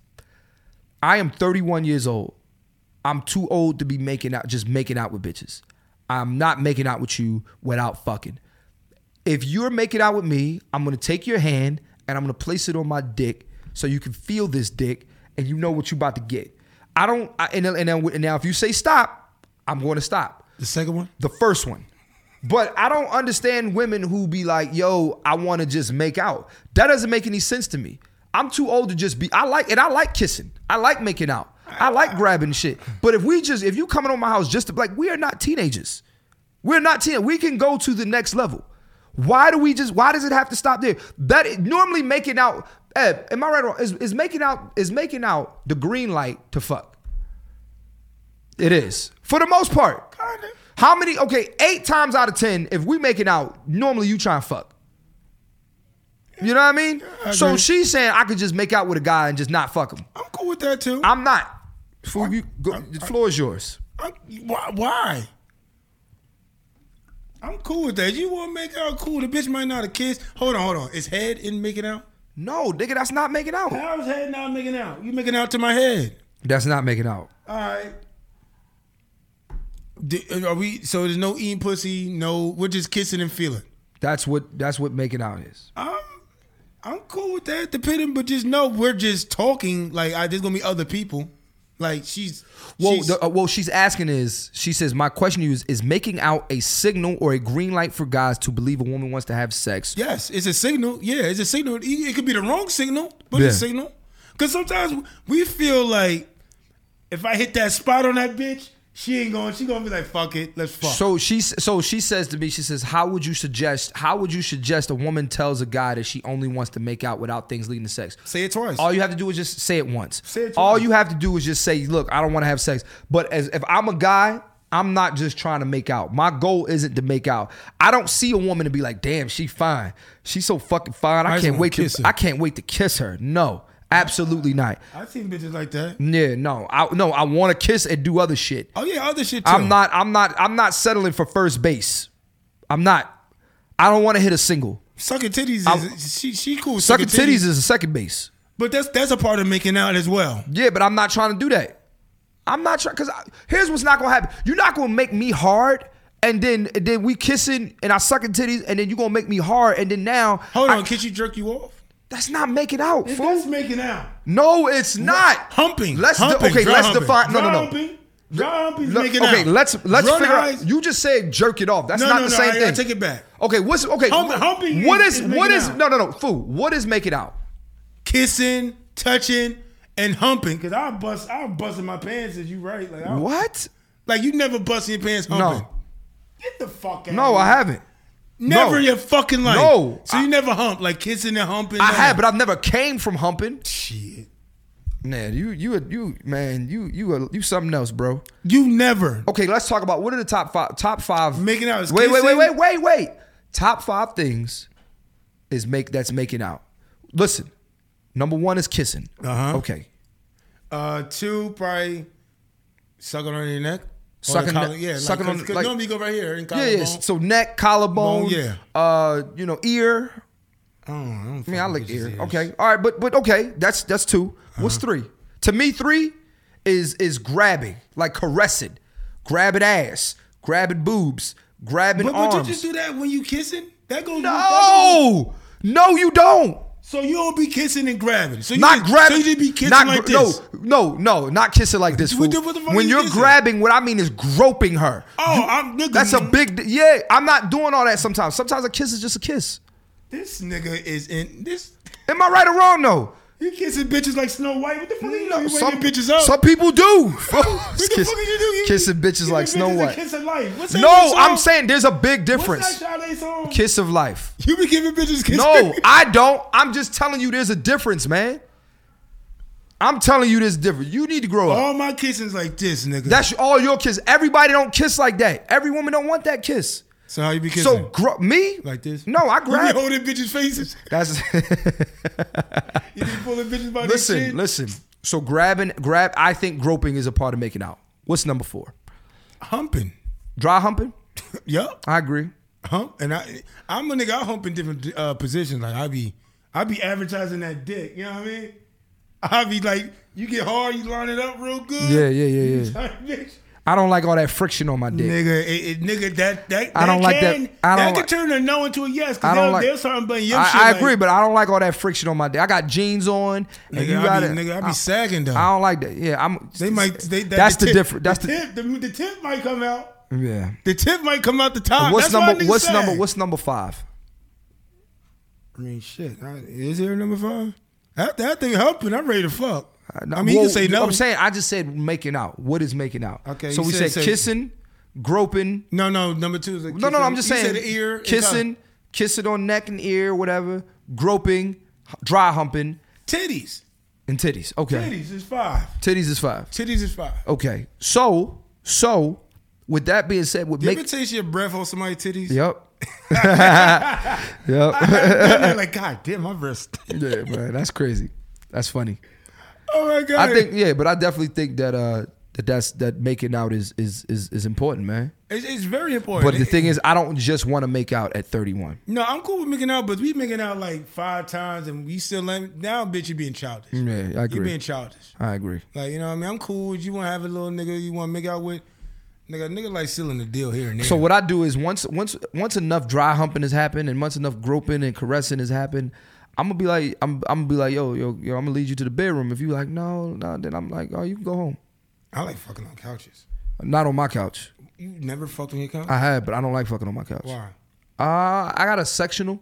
B: I am 31 years old. I'm too old to be making out just making out with bitches. I'm not making out with you without fucking. If you're making out with me, I'm gonna take your hand and I'm gonna place it on my dick so you can feel this dick and you know what you're about to get. I don't. I, and, and, and now if you say stop, I'm going to stop
C: The second one,
B: the first one. But I don't understand women who be like, yo, I want to just make out. That doesn't make any sense to me. I'm too old to just be I like and I like kissing. I like making out. I like grabbing shit. But if we just if you coming on my house just to like we are not teenagers. We're not teen. We can go to the next level. Why do we just why does it have to stop there? That normally making out Eb, am I right or wrong? Is, is making out is making out the green light to fuck. It is. For the most part.
C: Kinda.
B: How many? Okay, eight times out of ten, if we making out, normally you try and fuck. You know what I mean?
C: I
B: so
C: agree.
B: she's saying I could just make out with a guy and just not fuck him.
C: I'm cool with that too.
B: I'm not. Fool, you, go, the floor is yours.
C: I'm, why, why? I'm cool with that. You want to make out cool? The bitch might not have kissed. Hold on, hold on. Is head in making out?
B: No, nigga, that's not making out.
C: How's head not making out? You making out to my head?
B: That's not making out.
C: All right. Di- Are we? So there's no eating pussy. No, we're just kissing and feeling.
B: That's what that's what making out is.
C: I'm, I'm cool with that, depending. But just know we're just talking. Like I, there's gonna be other people. Like she's.
B: Well,
C: she's-
B: the, uh, well, she's asking is she says my question to you is is making out a signal or a green light for guys to believe a woman wants to have sex?
C: Yes, it's a signal. Yeah, it's a signal. It- It could be the wrong signal, but it's a
B: Yeah.
C: signal. Because sometimes we feel like if I hit that spot on that bitch, she ain't going. She gonna be like, "Fuck it, let's fuck."
B: So she s- so she says to me, she says, "How would you suggest? How would you suggest a woman tells a guy that she only wants to make out without things leading to sex?
C: Say it twice.
B: All you have to do is just say it once.
C: Say it
B: All
C: twice.
B: you have to do is just say, "Look, I don't want to have sex." But as if I'm a guy, I'm not just trying to make out. My goal isn't to make out. I don't see a woman and be like, "Damn, she fine. She's so fucking fine. I,
C: I just
B: can't
C: wanna
B: wait to.
C: kiss her."
B: I can't wait to kiss her." No, absolutely not.
C: I've seen bitches like that.
B: Yeah, no, I no, I want to kiss and do other shit.
C: Oh yeah, other shit too.
B: I'm not. I'm not. I'm not settling for first base. I'm not. I don't want to hit a single.
C: sucking titties.
B: I'm-
C: Is, she she cool. with
B: Sucking titties is a second base.
C: But that's that's a part of making out as well.
B: Yeah, but I'm not trying to do that. I'm not trying because here's what's not gonna happen. You're not gonna make me hard, and then and then we kissing and I sucking titties, and then you gonna make me hard, and then now
C: Hold
B: I-
C: on, can she jerk you off?
B: that's not making out. fool.
C: That's making out.
B: No, it's not
C: Humping.
B: Let's de-
C: Humping.
B: okay.
C: Dry
B: let's
C: humping.
B: define. No,
C: Dry
B: no, no.
C: Humping. Dry humping's
B: Let-
C: making
B: okay,
C: out.
B: let's let's
C: Dry
B: figure
C: eyes-
B: out. You just said jerk it off. That's
C: No,
B: not
C: no,
B: the
C: no,
B: same
C: I- I
B: thing.
C: take it back.
B: Okay, what's okay?
C: Hump-
B: what-
C: humping
B: what is
C: is- is
B: what
C: making
B: is
C: out.
B: no no no fool? What is making out?
C: kissing, touching, and humping. Cause I bust, I bust in my pants. Is you right? Like, I,
B: What?
C: like you never bust in your pants humping.
B: No,
C: Get the fuck out.
B: no, I haven't.
C: Never
B: no.
C: in your fucking life.
B: No.
C: So you never hump like kissing and humping.
B: I have, but I've never came from humping.
C: shit.
B: Man, you you you man, you you are, you something else, bro.
C: You never.
B: Okay, let's talk about what are the top five top five
C: Making out is
B: Wait, wait, wait,
C: kissing.
B: wait, wait, wait. Top five things is make that's making out. Listen, number one is kissing.
C: Uh-huh.
B: Okay,
C: Uh, two probably sucking on your neck. Or the
B: Sucking
C: collar-
B: neck-
C: yeah, like,
B: sucking on-
C: 'cause- 'cause
B: like-
C: normally you go right here in
B: yeah,
C: collarbone.
B: yeah. So neck, collarbone,
C: Bone, yeah.
B: uh, you know, ear.
C: I don't, I don't
B: I mean, I like
C: ear.
B: ear. Okay, all right, but but okay, that's that's 2 What's
C: Uh-huh.
B: three? To me, three is is grabbing, like caressing, grabbing ass, grabbing boobs, grabbing
C: But
B: arms.
C: would you just do that when you kissing? That goes that
B: No,
C: goes-
B: no, you don't.
C: So you don't be kissing and grabbing. So you
B: Not
C: just,
B: grabbing.
C: So you just be kissing
B: not,
C: like
B: gr- no,
C: this.
B: No, no, not kissing like this.
C: What the-
B: fool.
C: what the fuck
B: when
C: you
B: you're
C: kissing?
B: grabbing, what I mean is groping her.
C: Oh, I'm nigga.
B: That's a big. d- Yeah, I'm not doing all that. Sometimes, sometimes a kiss is just a kiss.
C: This nigga is in this.
B: Am I right or wrong? though?
C: You kissing bitches like Snow White. What the fuck? you
B: No,
C: doing? You
B: some
C: waking bitches up.
B: Some people do.
C: what the fuck did you do? You,
B: kissing bitches
C: you
B: like
C: give
B: Snow
C: bitches a
B: White.
C: Kiss of life. What's that
B: No,
C: song?
B: I'm saying there's a big
C: What's
B: difference.
C: that Sade song?
B: Kiss of life.
C: You be giving bitches kiss.
B: No, I don't. I'm just telling you there's a difference, man. I'm telling you there's a difference. You need to grow up.
C: All my kissing's like this, nigga.
B: That's all your kiss. Everybody don't kiss like that. Every woman don't want that kiss.
C: so how you be kissing?
B: So gr- me
C: like this?
B: No, I
C: You
B: grab.
C: be holding bitches' faces.
B: That's
C: You be pulling bitches by their shit.
B: listen, listen. So grabbing, grab. I think groping is a part of making out. What's number four?
C: Humping.
B: Dry humping.
C: Yup.
B: I agree.
C: Hump. And I, I'm a nigga. I hump in different uh, positions. Like I be, I be advertising that dick. You know what I mean? I be like, you get hard, you line it up real good.
B: Yeah, yeah, yeah, yeah.
C: Bitch.
B: I don't like all that friction on my dick.
C: Nigga, it, it, nigga, that that
B: I don't
C: that
B: like that-
C: can,
B: I don't
C: that
B: like-
C: can turn a no into a yes.
B: I
C: Cause
B: don't
C: they'll,
B: like-
C: they'll start butting your shit.
B: I, I
C: like,
B: agree, but I don't like all that friction on my dick. I got jeans on, and
C: nigga,
B: you
C: I
B: got
C: be,
B: it.
C: nigga, I be
B: I,
C: sagging though.
B: I don't like that. Yeah, I'm.
C: they might. They, that,
B: that's
C: the,
B: the,
C: tip,
B: different. That's the,
C: tip. The, the tip might come out.
B: yeah.
C: The tip might come out the top.
B: What's
C: That's why
B: number?
C: niggas
B: What's
C: sag.
B: number? What's number five?
C: I mean, shit. I, is there a number five? That, that thing helping. I'm ready to fuck.
B: No,
C: I mean,
B: Uh, well,
C: you can say no.
B: I'm saying I just said making out. What is making out?
C: Okay,
B: So
C: you
B: we said,
C: said- said-
B: kissing, groping.
C: no, no. Number two is a
B: No, no, no. I'm just
C: you
B: saying
C: Said ear and
B: kissing, kissing on neck and ear, whatever. Groping, h- dry humping,
C: collar. Titties.
B: and titties. Okay,
C: Titties is five.
B: titties is five.
C: Titties is five.
B: Okay, so so with that being said, would
C: You ever
B: make
C: taste your breath on somebody's titties?
B: yep. yep.
C: I'm like, God damn, my wrist.
B: yeah, man, that's crazy. That's funny.
C: Oh my God.
B: I think yeah, but I definitely think that uh that that's that making out is is is, is important, man.
C: It's, it's very important.
B: But the thing is, I don't just want to make out at 31.
C: no, I'm cool with making out, but we making out like five times, and we still let now, bitch, you being childish.
B: Yeah, Mm, I
C: You
B: agree.
C: being childish.
B: I agree.
C: Like you know, what I mean, I'm cool. with You want to have a little nigga you want to make out with? Nigga, nigga like sealing the deal here and there.
B: So what I do is once once once enough dry humping has happened and once enough groping and caressing has happened, I'm gonna be like I'm I'm gonna be like yo yo yo I'm gonna lead you to the bedroom. If you like no no, then I'm like oh you can go home.
C: I like fucking on couches.
B: Not on my couch.
C: You never fucked on your couch?
B: I had, but I don't like fucking on my couch.
C: Why?
B: Uh, I got a sectional,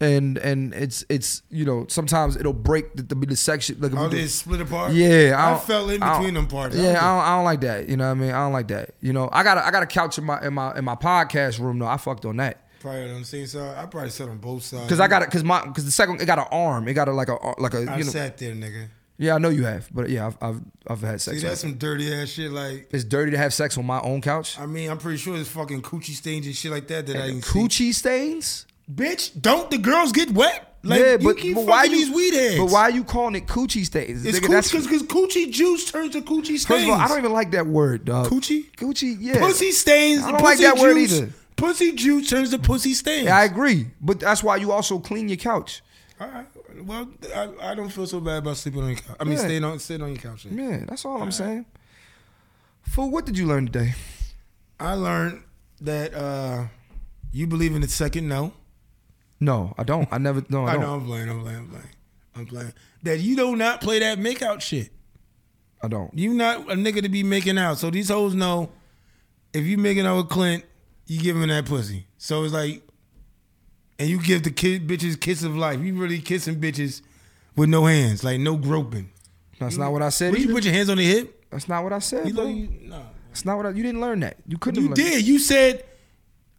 B: and and it's it's you know sometimes it'll break the, the, the section. Like if
C: Oh,
B: we do-
C: they split apart?
B: Yeah,
C: I,
B: don't-
C: fell in
B: I don't-
C: between them parts.
B: Yeah, I don't, I don't like that. You know what I mean? I don't like that. You know, I got a, I got a couch in my in my in my podcast room though. I fucked on that
C: Probably on the same side. I probably sat on both sides.
B: because I got it because my because the second it got an arm. It got a like a like a you
C: I
B: know.
C: sat there, nigga.
B: Yeah, I know you have, but yeah, I've I've, I've had sex.
C: See,
B: on
C: that's
B: it.
C: some dirty ass shit. Like,
B: it's dirty to have sex on my own couch.
C: I mean, I'm pretty sure it's fucking coochie stains and shit like that that I didn't see.
B: Coochie stains.
C: Bitch, don't the girls get wet? Like,
B: yeah,
C: you
B: but,
C: keep
B: but
C: fucking
B: why
C: these
B: you,
C: weed heads.
B: But why you calling it coochie stains?
C: It's
B: Nigga,
C: coochie,
B: that's-
C: because coochie juice turns to coochie stains.
B: First of all, I don't even like that word, dog.
C: Coochie?
B: Coochie, yeah.
C: Pussy stains.
B: I don't
C: pussy
B: like that word
C: juice-
B: either.
C: Pussy juice turns to pussy stains.
B: Yeah, I agree. But that's why you also clean your couch.
C: All right. Well, I, I don't feel so bad about sleeping on your couch. I mean,
B: Yeah.
C: staying on, sitting on your couch. then.
B: Man, that's all I'm saying. Fool, what did you learn today?
C: I learned that uh, you believe in the second no.
B: No, I don't. I never, no, I
C: I
B: don't.
C: know I'm playing. I'm playing. I'm playing. I'm playing. That you do not play that make out shit.
B: I don't.
C: You not a nigga to be making out. So these hoes know if you making out with Clint, you giving that pussy. So it's like, and you give the kid bitches kiss of life. You really kissing bitches with no hands, like no groping.
B: That's not what I said.
C: Would you
B: either.
C: put your hands on the hip?
B: That's not what I said.
C: You
B: bro.
C: know, you, nah.
B: that's not what I, you didn't learn that. You couldn't
C: you
B: have learned
C: did. You said,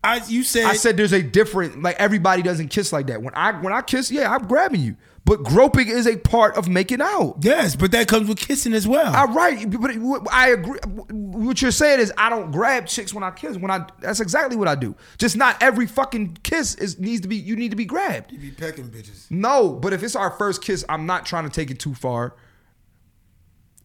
C: I. You said.
B: I said there's a different like everybody doesn't kiss like that. When I when I kiss, yeah, I'm grabbing you. But groping is a part of making out.
C: yes, but that comes with kissing as well.
B: All right, but what- I agree. What you're saying is I don't grab chicks when I kiss. When I that's exactly what I do. Just not every fucking kiss is needs to be you need to be grabbed.
C: you be pecking bitches.
B: No, but if it's our first kiss, I'm not trying to take it too far.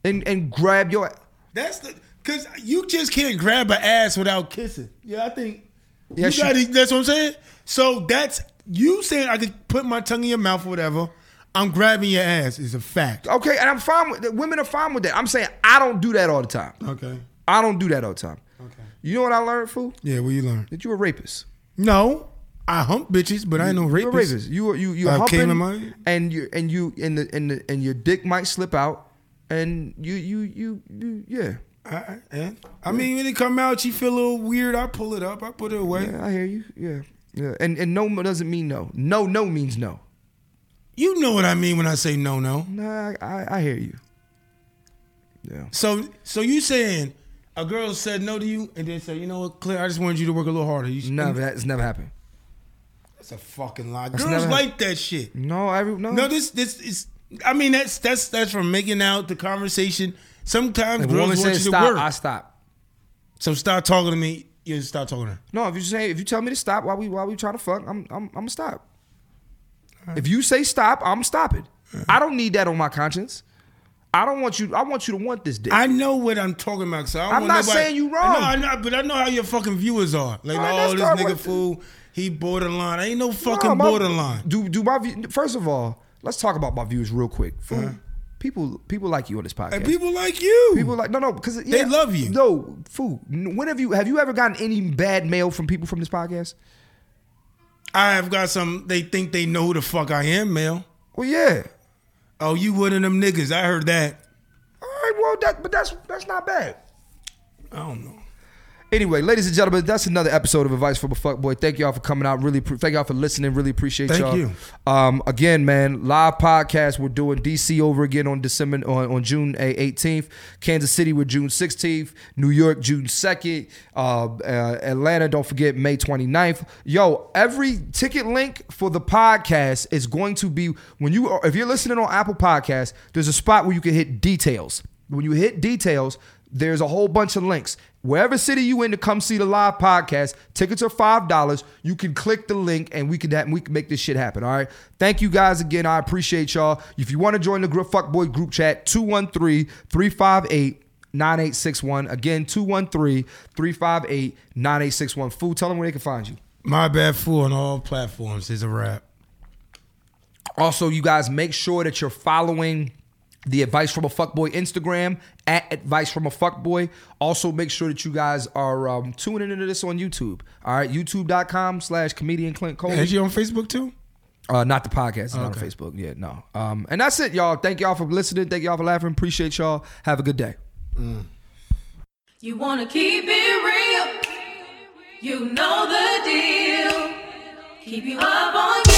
B: And and grab your
C: That's the because you just can't grab an ass without kissing. Yeah, I think.
B: Yes,
C: you
B: you-
C: gotta, that's what I'm saying. So that's you saying I could put my tongue in your mouth or whatever. I'm grabbing your ass is a fact.
B: okay. And I'm fine with that. Women are fine with that. I'm saying I don't do that all the time.
C: Okay.
B: I don't do that all the time.
C: Okay.
B: You know what I learned, fool?
C: Yeah. What you learn?
B: That you a rapist.
C: No, I hump bitches, but I ain't no
B: You're
C: rapist.
B: a rapist. You you you
C: I have
B: humping,
C: came in my-
B: and you and you and the and the and your dick might slip out, and you you you you yeah.
C: I, I, and, I mean, when it come out, she feel a little weird. I pull it up. I put it away.
B: Yeah, I hear you. Yeah, yeah. And and no doesn't mean no. No, no means no.
C: You know what I mean when I say no, no.
B: Nah, I, I hear you. Yeah.
C: So, so you saying a girl said no to you and then said, you know what, Claire, I just wanted you to work a little harder. You should-
B: Never. That's never happened.
C: That's a fucking lie.
B: That's
C: Girls
B: never-
C: like that shit.
B: No, every no.
C: No, this this is. I mean, that's that's that's from making out the conversation. Sometimes
B: if a woman
C: girls want
B: says
C: you
B: stop,
C: to work.
B: I stop.
C: so stop talking to me. You stop talking to her.
B: No, if you say if you tell me to stop while we while we try to fuck, I'm I'm I'm gonna stop. If you say stop, I'm stopping. I don't need that on my conscience. I don't want you. I want you to want this dick.
C: I know what I'm talking about. So I don't
B: I'm
C: want
B: not
C: nobody-
B: saying you wrong.
C: I know, I know, but I know how your fucking viewers are. Like,
B: All right,
C: oh,
B: let's
C: this
B: start
C: nigga
B: with-
C: fool. He borderline. I ain't no fucking
B: No, my-
C: borderline.
B: Do do my view- first of all, let's talk about my views real quick. Fool, People people like you on this podcast.
C: And
B: people,
C: Uh-huh. people like you.
B: like no no because
C: They love you.
B: No fool. n- When have you have you ever gotten any bad mail from people from this podcast?
C: I have got some. They think they know who the fuck I am, male.
B: Well yeah.
C: Oh, you one of them niggas. I heard that.
B: All right. Well that but that's that's not bad.
C: I don't know.
B: Anyway, ladies and gentlemen, that's another episode of Advice from a Fuckboy. Thank y'all for coming out. Really, pre- thank y'all for listening. Really appreciate
C: Thank
B: y'all.
C: you.
B: Um, again, man, live podcast. We're doing DC over again on December on, on June eh, eighteenth. Kansas City with June sixteenth. New York June second. Uh, uh, Atlanta, don't forget May 29th. Yo, every ticket link for the podcast is going to be when you are, if you're listening on Apple Podcasts. There's a spot where you can hit details. When you hit details, there's a whole bunch of links. Wherever city you in to come see the live podcast, tickets are five dollars. You can click the link and we can ha- we can make this shit happen. All right. Thank you guys again. I appreciate y'all. If you want to join the Gr- Fuckboy group chat, 213-358. 9861 again 213-358-9861 food tell them where they can find you
C: My bad fool on all platforms is a rap.
B: Also, you guys make sure that you're following the advice from a fuckboy Instagram at advice from a fuckboy. Also, make sure that you guys are um, tuning into this on YouTube. All right, youtube.com slash comedian Clint Cole.
C: Is you on Facebook too?
B: Uh, not the podcast, it's not on Facebook. Yeah, no. Um, and that's it, y'all. Thank y'all for listening. Thank y'all for laughing. Appreciate y'all. Have a good day.
A: You wanna keep it real, you know the deal. Keep you up on game. Oh, Oh,